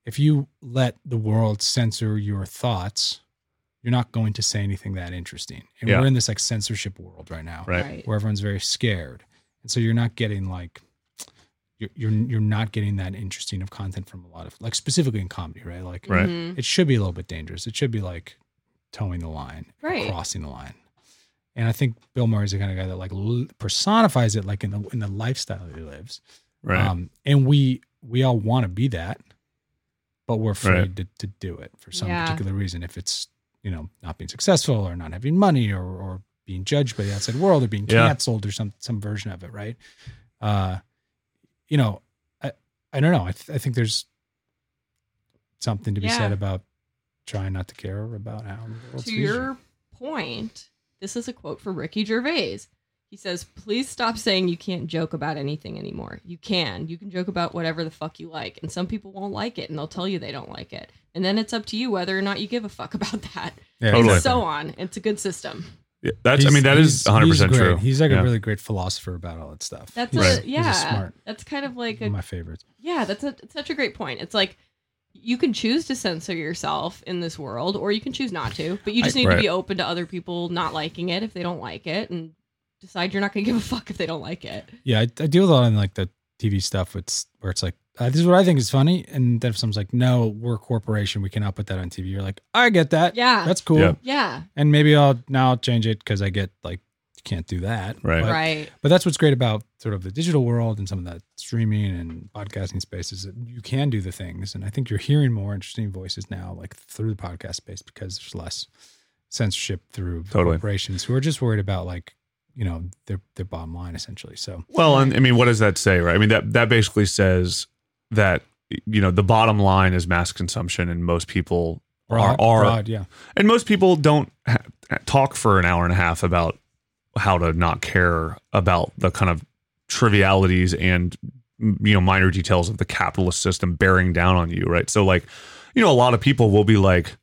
E: if you let the world censor your thoughts you're not going to say anything that interesting and
D: Yeah.
E: we're in this like censorship world right now
D: Right.
E: where everyone's very scared and so you're not getting like you're you're, you're not getting that interesting of content from a lot of like specifically in comedy right like
D: Right.
H: Mhm.
E: it should be a little bit dangerous. It should be like towing the line,
H: Right.
E: crossing the line. And I think Bill Murray's the kind of guy that like l- personifies it, like in the in the lifestyle he lives.
D: Right.
E: Um, and we we all want to be that, but we're afraid
D: Right.
E: to, to do it for some
H: Yeah.
E: particular reason. If it's you know not being successful or not having money or or being judged by the outside world or being
D: Yeah.
E: canceled or some some version of it, right? Uh, you know, I I don't know. I th- I think there's something to be
H: Yeah.
E: said about trying not to care about how the
H: to
E: world sees you.
H: your point, this is a quote from Ricky Gervais. He says, "Please stop saying you can't joke about anything anymore. You can. You can joke about whatever the fuck you like, and some people won't like it, and they'll tell you they don't like it, and then it's up to you whether or not you give a fuck about that,
E: Yeah,
H: and
D: Totally.
H: so on. It's a good system.
D: Yeah, that's. I
E: He's-
D: mean, that
E: he's-
D: is 100 percent
E: he's great.
D: true.
E: He's like
D: Yeah.
E: a really great philosopher about all that stuff.
H: That's
E: He's-
H: a
E: he's
H: yeah.
E: smart.
H: That's kind of like a
E: One of my favorites.
H: Yeah, that's a, such a great point. It's like you can choose to censor yourself in this world, or you can choose not to. But you just
E: I-
H: need
D: Right.
H: to be open to other people not liking it if they don't like it, and decide you're not going to give a fuck if they don't like it.
E: Yeah, I, I deal with a lot in like the TV stuff. It's where it's like uh, this is what I think is funny, and then if someone's like, "No, we're a corporation. We cannot put that on TV." You're like, "I get that.
H: Yeah.
E: that's cool."
D: Yeah.
H: Yeah,
E: And maybe I'll now I'll change it because I get like you can't do that.
D: Right.
E: But,
H: right.
E: But that's what's great about sort of the digital world and some of that streaming and podcasting space is that you can do the things. And I think you're hearing more interesting voices now, like through the podcast space, because there's less censorship through
D: Totally.
E: corporations who are just worried about like, you know, their their bottom line essentially. So
D: Well, and I mean, what does that say, right? I mean, that that basically says that you know the bottom line is mass consumption, and most people
E: broad,
D: are
E: broad, yeah.
D: and most people don't ha- talk for an hour and a half about how to not care about the kind of trivialities and you know minor details of the capitalist system bearing down on you right so like you know a lot of people will be like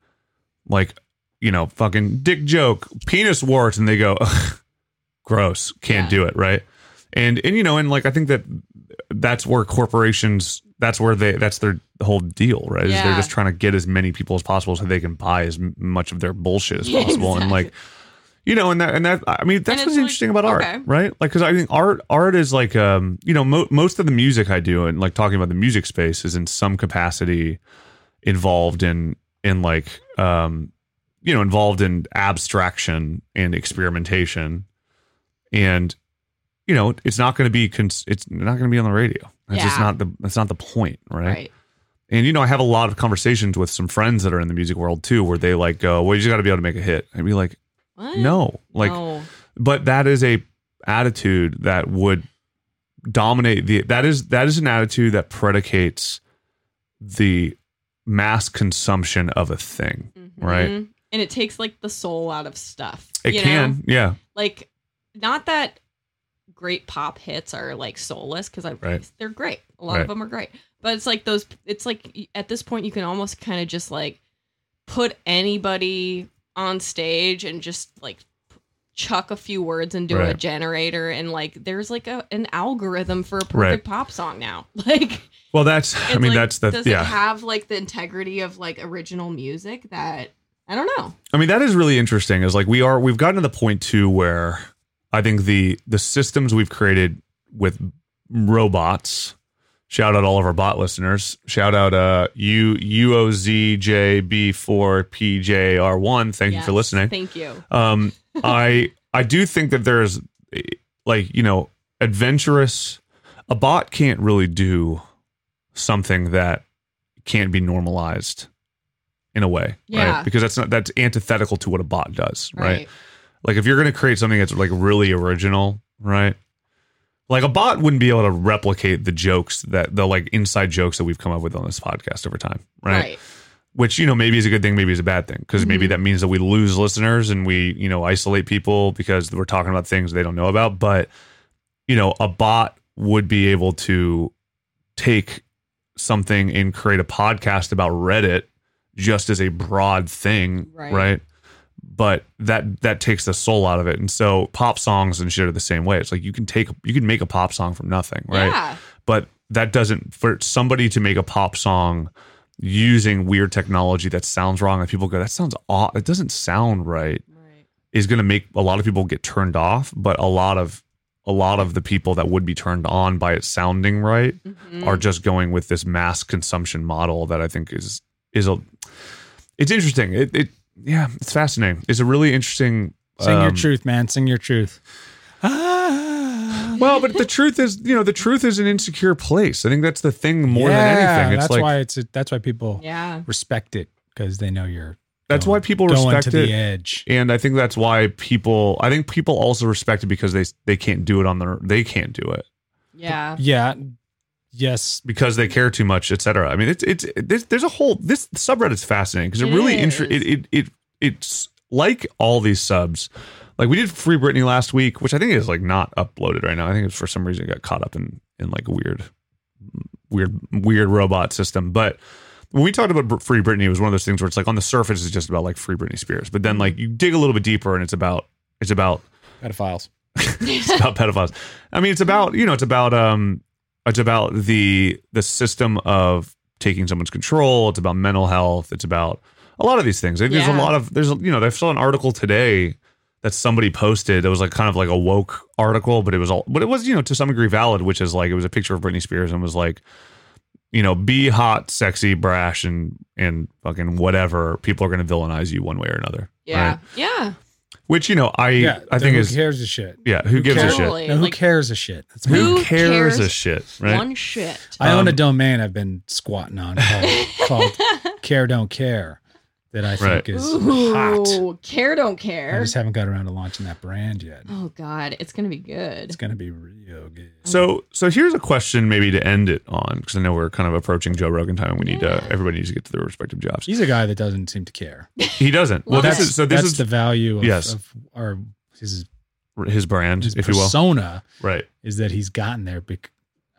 D: like you know fucking dick joke penis wart and they go gross can't do it right and and you know and like i think that that's where corporations that's where they that's their whole deal right is they're
H: Yeah.
D: just trying to get as many people as possible so they can buy as m- much of their bullshit as possible and like you know and that and that i mean that's
H: it's
D: what's
H: like-
D: interesting about art
H: okay.
D: right like because i think art art is like um you know mo- most of the music i do and like talking about the music space is in some capacity involved in in like um you know involved in abstraction and experimentation and you know it's not going to be cons- it's not going to be on the radio that's just
H: Yeah.
D: not the that's not the point right?
H: Right.
D: and you know i have a lot of conversations with some friends that are in the music world too where they like go well you just got to be able to make a hit i'd be like
H: What? Oh,
D: no like
H: No.
D: but that is a attitude that would dominate the that is that is an attitude that predicates the mass consumption of a thing right.
H: Mhm. And it takes like the soul out of stuff.
D: it
H: you know?
D: can yeah
H: like not that great pop hits are like soulless because I
D: Right.
H: they're great. A lot
D: Right.
H: of them are great, but it's like those. It's like y- at this point you can almost kind of just like put anybody on stage and just like p- chuck a few words into a
D: Right.
H: generator and like there's like a an algorithm for a perfect
D: Right.
H: pop song now. Like
D: well that's i
H: it's
D: mean
H: like,
D: that's the
H: does
D: yeah
H: it have like the integrity of like original music that I don't know.
D: I mean, that is really interesting. Is like we are we've gotten to the point too where I think the the systems we've created with robots. Shout out all of our bot listeners. Shout out uh U U O Z J B four P J R one. Thank you for
H: Yes,
D: listening
H: Thank you.
D: um i i do think that there's eh, like you know adventurous a bot can't really do something that can't be normalized in a way
H: Yeah.
D: right because that's not that's antithetical to what a bot does right, like if you're going to create something that's like really original right like a bot wouldn't be able to replicate the jokes that the like inside jokes that we've come up with on this podcast over time right
H: right.
D: which you know maybe is a good thing maybe is a bad thing because maybe
H: Mhm.
D: that means that we lose listeners and we you know isolate people because we're talking about things they don't know about but you know a bot would be able to take something and create a podcast about reddit just as a broad thing right,
H: Right.
D: but that that takes the soul out of it and so pop songs and shit are the same way it's like you can take you can make a pop song from nothing right
H: Yeah.
D: but that doesn't for somebody to make a pop song using weird technology that sounds wrong and people go that sounds off it doesn't sound right
H: Right.
D: is going to make a lot of people get turned off but a lot of a lot of the people that would be turned on by it sounding right
H: Mhm.
D: are just going with this mass consumption model that i think is is a it's interesting it, it yeah it's fascinating it's a really interesting
E: Sing your
D: Um,
E: truth, man. Sing your truth.
D: Well, but the truth is, you know, the truth is an insecure place. I think that's the thing more than
E: Yeah,
D: anything. It's
E: that's
D: like
E: why it's that's why people
H: Yeah.
E: respect it because they know you're.
D: that's
E: going-
D: why people
E: going
D: respect
E: to
D: it.
E: the edge.
D: and I think that's why people. I think people also respect it because they they can't do it on their they can't do it
H: Yeah.
E: Yeah. Yes.
D: because they care too much, etc. I mean, it's it's there's, there's a whole this subreddit is fascinating because it,
H: It
D: really inter-
H: is.
D: it, it it it's like all these subs. Like we did Free Britney last week, which I think is like not uploaded right now. I think it's for some reason it got caught up in in like a weird weird weird robot system, but. when we talked about Br- Free Britney, it was one of those things where it's like on the surface it's just about like Free Britney Spears, but then like you dig a little bit deeper and it's about it's about
E: Pedophiles.
D: it's about pedophiles. I mean, it's about you know it's about um it's about the the system of taking someone's control. It's about mental health. It's about a lot of these things. There's a
H: Yeah.
D: lot of there's you know I saw an article today that somebody posted that was like kind of like a woke article, but it was all but it was you know to some degree valid, which is like it was a picture of Britney Spears and was like you know, be hot, sexy, brash, and and fucking whatever. People are going to villainize you one way or another.
H: Yeah.
D: right?
H: Yeah.
D: Which you know, I
E: Yeah.
D: I
E: the
D: think
E: who
D: is
E: cares a shit.
D: yeah. Who,
E: Who
D: gives
E: cares?
D: a shit?
H: Totally.
E: No, who
H: Like-
E: cares a shit? That's my-
D: Who
H: Who
D: cares, a
H: cares
D: shit, right?
H: One shit.
E: I own a
D: Um,
E: domain I've been squatting on called, called Care Don't Care that I think
D: Right.
E: is hot.
H: Ooh, care don't
E: I
H: care.
E: just haven't got around to launching that brand yet.
H: Oh God, it's gonna be good.
E: It's gonna be real good.
D: So, so here's a question, maybe to end it on, because I know we're kind of approaching Joe Rogan time. We need to everybody needs to get to their respective jobs.
E: He's a guy that doesn't seem to care.
D: He doesn't. Well,
H: Love
D: this
H: it.
D: is so. This
E: That's
D: is
E: the value of,
D: yes.
E: of our his,
D: his brand,
E: his
D: if you will.
E: persona
D: Right,
E: is that he's gotten there bec-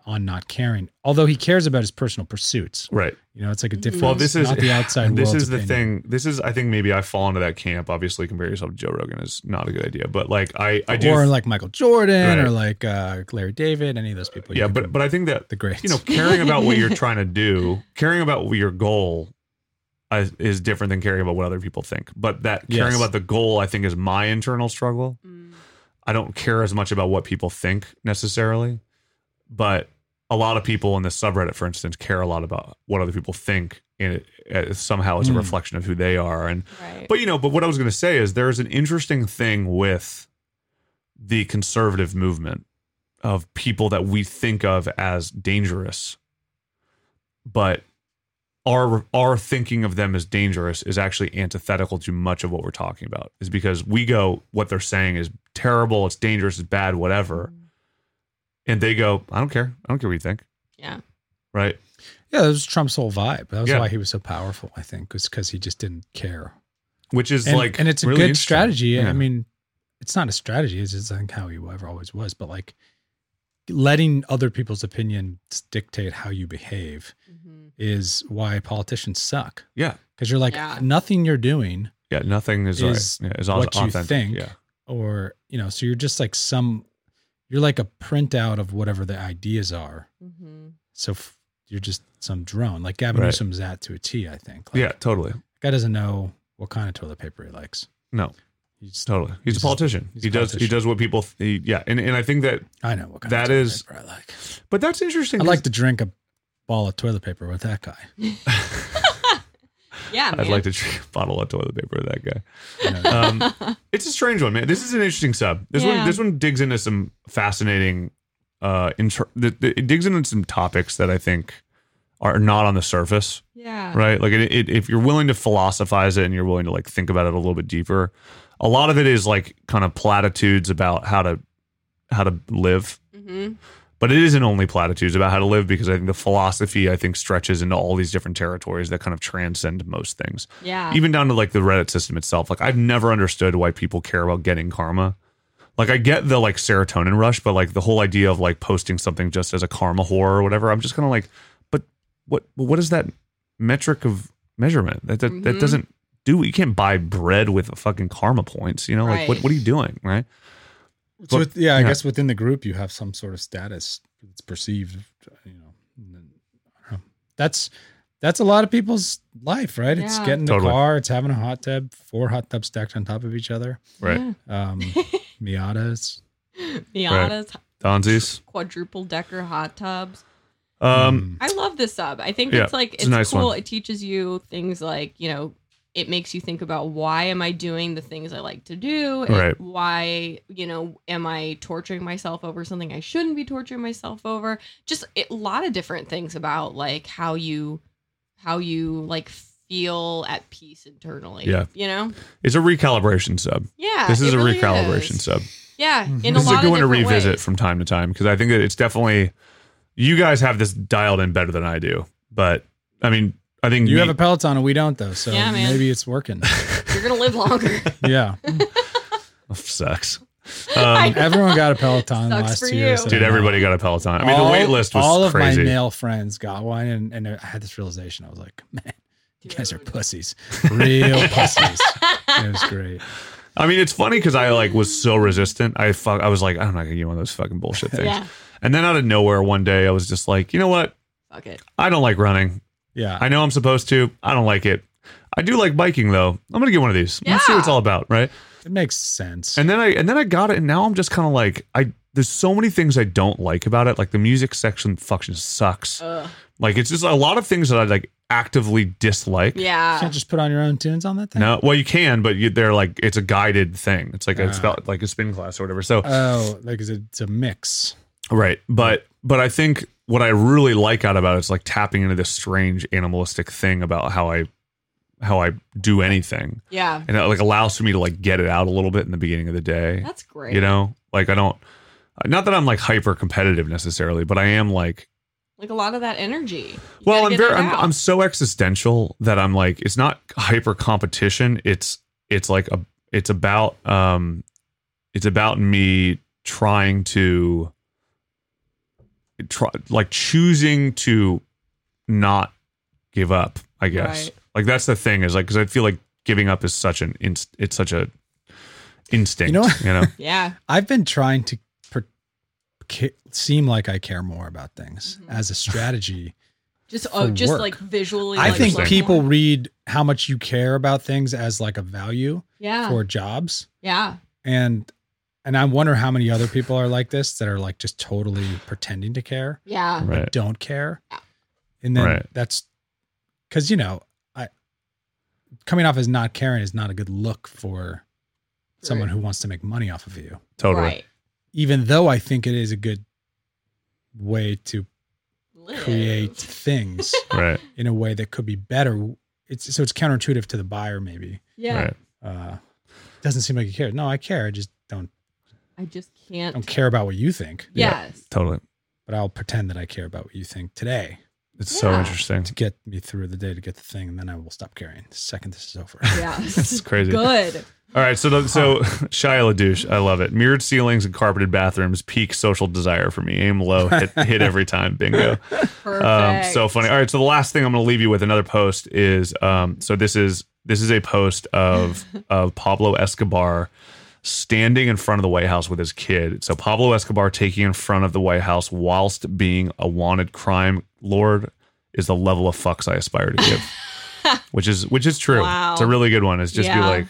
E: on not caring. Although he cares about his personal pursuits.
D: right.
E: You know, it's like a different
D: Well, this is
E: not the outside
D: This
E: world's
D: is the
E: opinion.
D: thing. This is I think maybe I fall into that camp. Obviously, compare yourself to Joe Rogan is not a good idea. But like I, I do.
E: or like Michael Jordan
D: Right.
E: or like uh, Larry David, any of those people. you
D: yeah,
E: could
D: but but I think that
E: the greats.
D: you know caring about what you're trying to do caring about what your goal is, is different than caring about what other people think but that caring
E: Yes.
D: about the goal i think is my internal struggle
H: Mm,
D: i don't care as much about what people think necessarily but a lot of people in the subreddit for instance care a lot about what other people think and it, it somehow is a
E: Hmm.
D: reflection of who they are and
H: Right.
D: but you know, but what I was going to say is there's an interesting thing with the conservative movement of people that we think of as dangerous, but our our thinking of them as dangerous is actually antithetical to much of what we're talking about. Is because we go what they're saying is terrible, it's dangerous, it's bad, whatever, and they go, I don't care, I don't care what you think,
H: yeah.
D: right?
E: Yeah, that was Trump's whole vibe. That was
D: Yeah.
E: why he was so powerful, I think, was because he just didn't care.
D: Which is
E: and,
D: like,
E: and it's a
D: really
E: good
D: interesting.
E: strategy.
D: Yeah.
E: I mean, it's not a strategy. It's just like how he ever always was, but like letting other people's opinions dictate how you behave
H: Mm-hmm.
E: is why politicians suck.
D: yeah,
E: Because you're like
H: Yeah.
E: nothing you're doing
D: yeah, nothing is,
E: Is
D: like, yeah, is
E: what you
D: authentic.
E: think.
D: yeah,
E: or you know, so you're just like some you're like a printout of whatever the ideas are.
H: Mm-hmm.
E: So f- you're just some drone. Like Gavin
D: Right.
E: Newsom's that to a T, I think. Like,
D: yeah, totally.
E: Guy doesn't know what kind of toilet paper he likes.
D: No,
E: He just,
D: totally.
E: He's
D: He's, a
E: just-
D: politician.
E: he's
D: he
E: a
D: does. He
E: politician.
D: does what people. He, yeah, and and I think that.
E: I know what kind
D: That
E: of toilet
D: is-
E: paper I like.
D: But that's interesting.
E: I'd
D: 'cause-
E: like to drink a ball of toilet paper with that guy.
H: Yeah. Man.
D: I'd like to drink a bottle of toilet paper with that guy.
E: You know,
D: Um, it's a strange one, man. This is an interesting sub. This one.
H: Yeah.
D: This one digs into some fascinating. Uh, inter- th- th- it digs into some topics that I think are not on the surface.
H: Yeah.
D: right like it, it, if you're willing to philosophize it and you're willing to like think about it a little bit deeper a lot of it is like kind of platitudes about how to how to live
H: Mhm.
D: but it isn't only platitudes about how to live because i think the philosophy i think stretches into all these different territories that kind of transcend most things
H: Yeah.
D: even down to like the reddit system itself like i've never understood why people care about getting karma like i get the like serotonin rush but like the whole idea of like posting something just as a karma whore or whatever i'm just kind of like but what what is that metric of measurement that that, that
H: Mhm.
D: doesn't do you can't buy bread with fucking karma points you know like what,
H: Right.
D: what are you doing right
E: so with- yeah, I
D: yeah.
E: guess within the group you have some sort of status that's perceived. You know, and then- I don't know. that's that's a lot of people's life, right? It's
H: Yeah.
E: getting the
D: Totally.
E: car, it's having a hot tub, four hot tubs stacked on top of each other,
D: right
E: um, Miatas.
H: Miatas,
D: donzies
H: quadruple decker hot tubs.
E: Mm.
D: um
H: I love this sub. I think
D: Yeah,
H: it's like
D: it's
H: it's,
D: a nice
H: cool.
D: one.
H: It teaches you things like you know it makes you think about why am I doing the things I like to do? And
D: Right.
H: Why, you know, am I torturing myself over something I shouldn't be torturing myself over? Just a lot of different things about like how you how you like feel at peace internally.
D: Yeah.
H: You know?
D: It's a recalibration sub.
H: Yeah.
D: this is
H: Uh, it
D: a
H: really
D: recalibration
H: is.
D: sub.
H: Yeah. In
D: this
H: a
D: is
H: lot
D: a good
H: of
D: one to
H: different
D: revisit
H: ways.
D: from time to time because I think that it's definitely you guys have this dialed in better than I do. But I mean, I think
E: Mm. You
D: me-
E: have a Peloton and we don't though, so
H: Yeah, man.
E: maybe it's working.
H: You're gonna live longer.
E: yeah,
D: sucks.
H: I
D: Um,
E: everyone got a Peloton
H: Sucks
E: last
H: for
E: two years.
H: you.
E: that
D: dude,
E: I know.
D: everybody got a Peloton. I mean, the wait list was
E: all of
D: crazy.
E: my male friends got one, and, and I had this realization. I was like, man, you guys are pussies, real pussies. It was great.
D: I mean, it's funny because I like was so resistant. I fuck, I was like, I'm not gonna get one of those fucking bullshit things.
H: Yeah.
D: And then out of nowhere, one day, I was just like, you know what?
H: Fuck it.
D: I don't like running.
E: Yeah,
D: I know I'm supposed to. I don't like it. I do like biking though. I'm gonna get one of these. Let's see what it's all about, right?
E: it makes sense.
D: And then I and then I got it, and now I'm just kind of like I. There's so many things I don't like about it. Like the music section fucking sucks.
H: Ugh.
D: Like it's just a lot of things that I like actively dislike.
E: you
H: Yeah.
E: can't just put on your own tunes on that thing.
D: No, well you can, but you, they're like it's a guided thing. It's like a, it's
E: Ah.
D: about like a spin class or whatever. So
E: Oh, like it's a, it's a mix.
D: Right. But but I think what I really like out about it is like tapping into this strange animalistic thing about how I how I do anything.
H: Yeah.
D: And it like allows for me to like get it out a little bit in the beginning of the day.
H: That's great.
D: You know? Like I don't not that I'm like hyper competitive necessarily, but I am like
H: like a lot of that energy. You
D: well,
H: gotta
D: I'm
H: get
D: very
H: that
D: I'm,
H: out.
D: I'm so existential that I'm like it's not hyper competition, it's it's like a it's about um it's about me trying to try like choosing to not give up i guess
H: Right.
D: like that's the thing is like because i feel like giving up is such an inst- it's such a instinct you
E: You
D: know,
E: know-
H: yeah.
E: I've been trying to per- ca- seem like I care more about things
H: Mhm.
E: as a strategy.
H: Just
E: For
H: oh, just
E: work.
H: like visually.
E: I
H: like,
E: think
H: look
E: people
H: more.
E: read how much you care about things as like a value
H: Yeah.
E: for jobs,
H: yeah.
E: and and I wonder how many other people are like this that are like just totally pretending to care.
H: Yeah.
D: right
E: don't care. And then
D: Right.
E: that's because you know, I coming off as not caring is not a good look for someone who wants to make money off of you.
D: totally
H: Right.
E: Even though I think it is a good way to
H: Live.
E: create things
D: right
E: in a way that could be better. It's so it's counterintuitive to the buyer, maybe.
H: Yeah.
D: right
E: Uh doesn't seem like you care. No, I care. I just don't
H: I just can't.
E: don't care about what you think.
H: Yes.
D: totally
E: But I'll pretend that I care about what you think today
D: it's so
H: Yeah.
D: interesting
E: to get me through the day to get the thing, and then I will stop caring the second this is over.
H: Yes.
D: it's crazy Um,
H: Good.
D: All right, so the, so Shia LaDouche, I love it. Mirrored ceilings and carpeted bathrooms, peak social desire for me. Aim low, hit, hit every time, bingo.
H: Perfect.
D: Um, so funny. All right, so the last thing I'm going to leave you with another post is um, so this is this is a post of of Pablo Escobar standing in front of the White House with his kid. So Pablo Escobar taking in front of the White House whilst being a wanted crime lord is the level of fucks I aspire to give, which is which is true.
H: Wow.
D: It's a really good one. It's just be
H: Yeah.
D: like.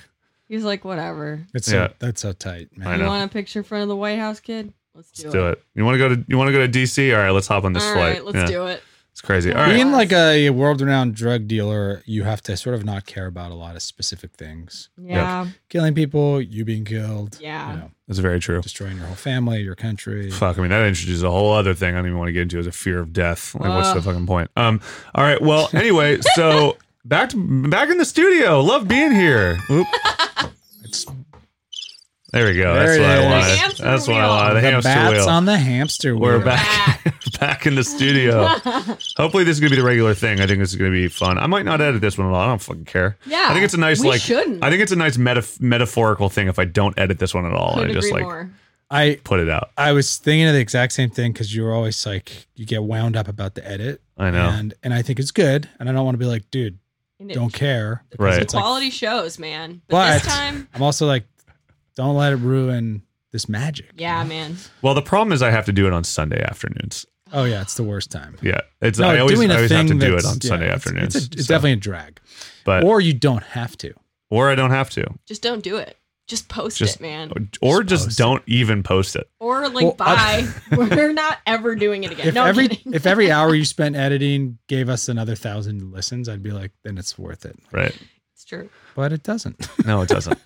H: He's like, whatever.
E: It's
D: Yeah.
E: so, that's so tight, man.
D: I
H: You
D: know.
H: want a picture in front of the White House, kid? Let's do
D: Let's
H: it.
D: do it. You want to go to you want to go to DC? All right, let's hop on this
H: All
D: flight.
H: right, let's
D: Yeah,
H: do it.
D: It's crazy. All
H: Yeah.
D: right.
E: Being like a world-renowned drug dealer, you have to sort of not care about a lot of specific things.
H: Yeah.
E: Killing people, you being killed,
H: Yeah.
E: you know,
D: That's very true.
E: destroying your whole family, your country.
D: Fuck. I mean, that introduces a whole other thing I don't even want to get into is a fear of death. Like, what's
H: Ugh.
D: the fucking point? Um. All right. Well. Anyway. So back to back in the studio. Love being here. Oop.
E: It's
D: There we go.
E: There
D: That's
E: it
D: what I
E: is.
H: The
D: wanted.
H: hamster
D: That's what I
H: wheel.
D: wanted. The,
E: the
D: hamster
E: bats
D: wheel.
E: on the hamster wheel.
D: We're back. back in the studio. Hopefully, this is gonna be the regular thing. I think this is gonna be fun. I might not edit this one at all. I don't fucking care.
H: Yeah.
D: I think it's a nice
H: we
D: like.
H: Shouldn't.
D: I think it's a nice metaf- metaphorical thing if I don't edit this one at all.
H: Couldn't
D: and I just
H: agree
D: like
H: more.
E: I
D: put it out.
E: I was thinking of the exact same thing because you're always like you get wound up about the edit,
D: I know.
E: and and I think it's good, and I don't want to be like, dude,
H: And it-
E: don't care.
D: Right.
E: It's like,
H: Quality shows, man. But, this
E: But-
H: time,
E: I'm also like, don't let it ruin this magic.
H: yeah, man.
D: Well, the problem is I have to do it on Sunday afternoons.
E: Oh yeah, it's the worst time.
D: Yeah, it's
E: No,
D: I always,
E: doing
D: I
E: a
D: always have to
E: thing
D: do it
E: that's-
D: on
E: yeah,
D: Sunday
E: it's- It's,
D: afternoons.
E: a, it's
D: so-
E: definitely a drag,
D: but or,
E: or you don't have to.
D: I don't have to,
H: Just don't do it. Just post
D: Just-
H: it, man.
D: or
E: Just
D: just,
E: post it.
D: don't even post it.
H: Or
E: Well,
H: like
E: I-
H: bye. We're not ever doing it again.
E: If
H: no, I'm
E: every
H: kidding.
E: if every hour you spent editing gave us another thousand listens, I'd be like, then it's worth it.
D: Right?
H: It's true.
E: but it doesn't.
D: No, it doesn't.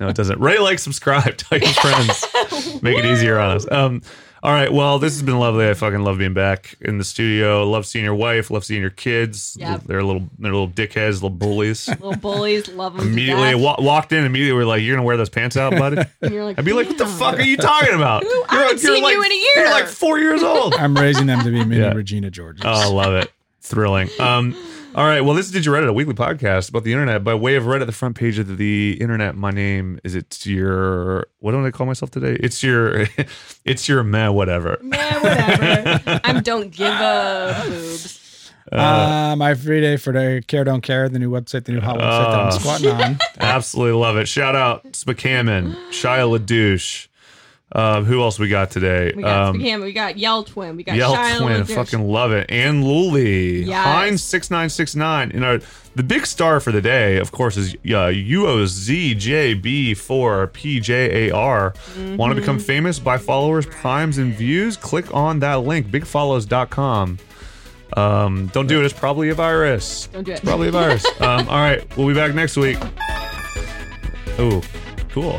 D: no, it doesn't. Rate, like, subscribe, tell your friends. Make it easier on us. Um, all right. Well, this has been lovely. I fucking love being back in the studio. Love seeing your wife. Love seeing your kids.
H: Yep.
D: They're little, they're little dickheads, little bullies.
H: Little bullies love them.
D: immediately wa- walked in. Immediately, we're like, "You're gonna wear those pants out, buddy."
H: and you're like,
D: I'd be like, "What the
H: "Damn."
D: fuck are you talking about? You're,
H: I haven't
D: you're
H: seen
D: like,
H: you in a year."
D: You're like four years old."
E: I'm raising them to be mini
D: Yeah.
E: Regina Georges.
D: Oh, I love it. Thrilling. Um, all right. Well, this is Did You Reddit, a weekly podcast about the internet. By way of Reddit, the front page of the internet, my name is it's your what do I call myself today? It's your it's your meh whatever.
H: Nah, whatever. I'm don't give a boobs.
E: Uh, my free day for the Care Don't Care, the new website, the new hot website that I'm
D: Oh.
E: squatting on.
D: Absolutely love it. Shout out Spakaman, Shia LaDouche. Uh, who else we got today?
H: We got
D: Um,
H: Spaghetti, we got Yell Twin, we got
D: Yell
H: Shia
D: Twin,
H: LaDouche.
D: fucking love it. And Luli,
H: Yes.
D: Heinz six nine six nine. You know the big star for the day, of course, is uh, UOZJB four PJAR.
H: Mm-hmm.
D: Want to become famous by followers, primes, and views? Click on that link, bigfollows.com. Um, don't do it. It's probably a virus.
H: Don't do it.
D: It's probably a virus. um, all right, we'll be back next week. Oh, cool.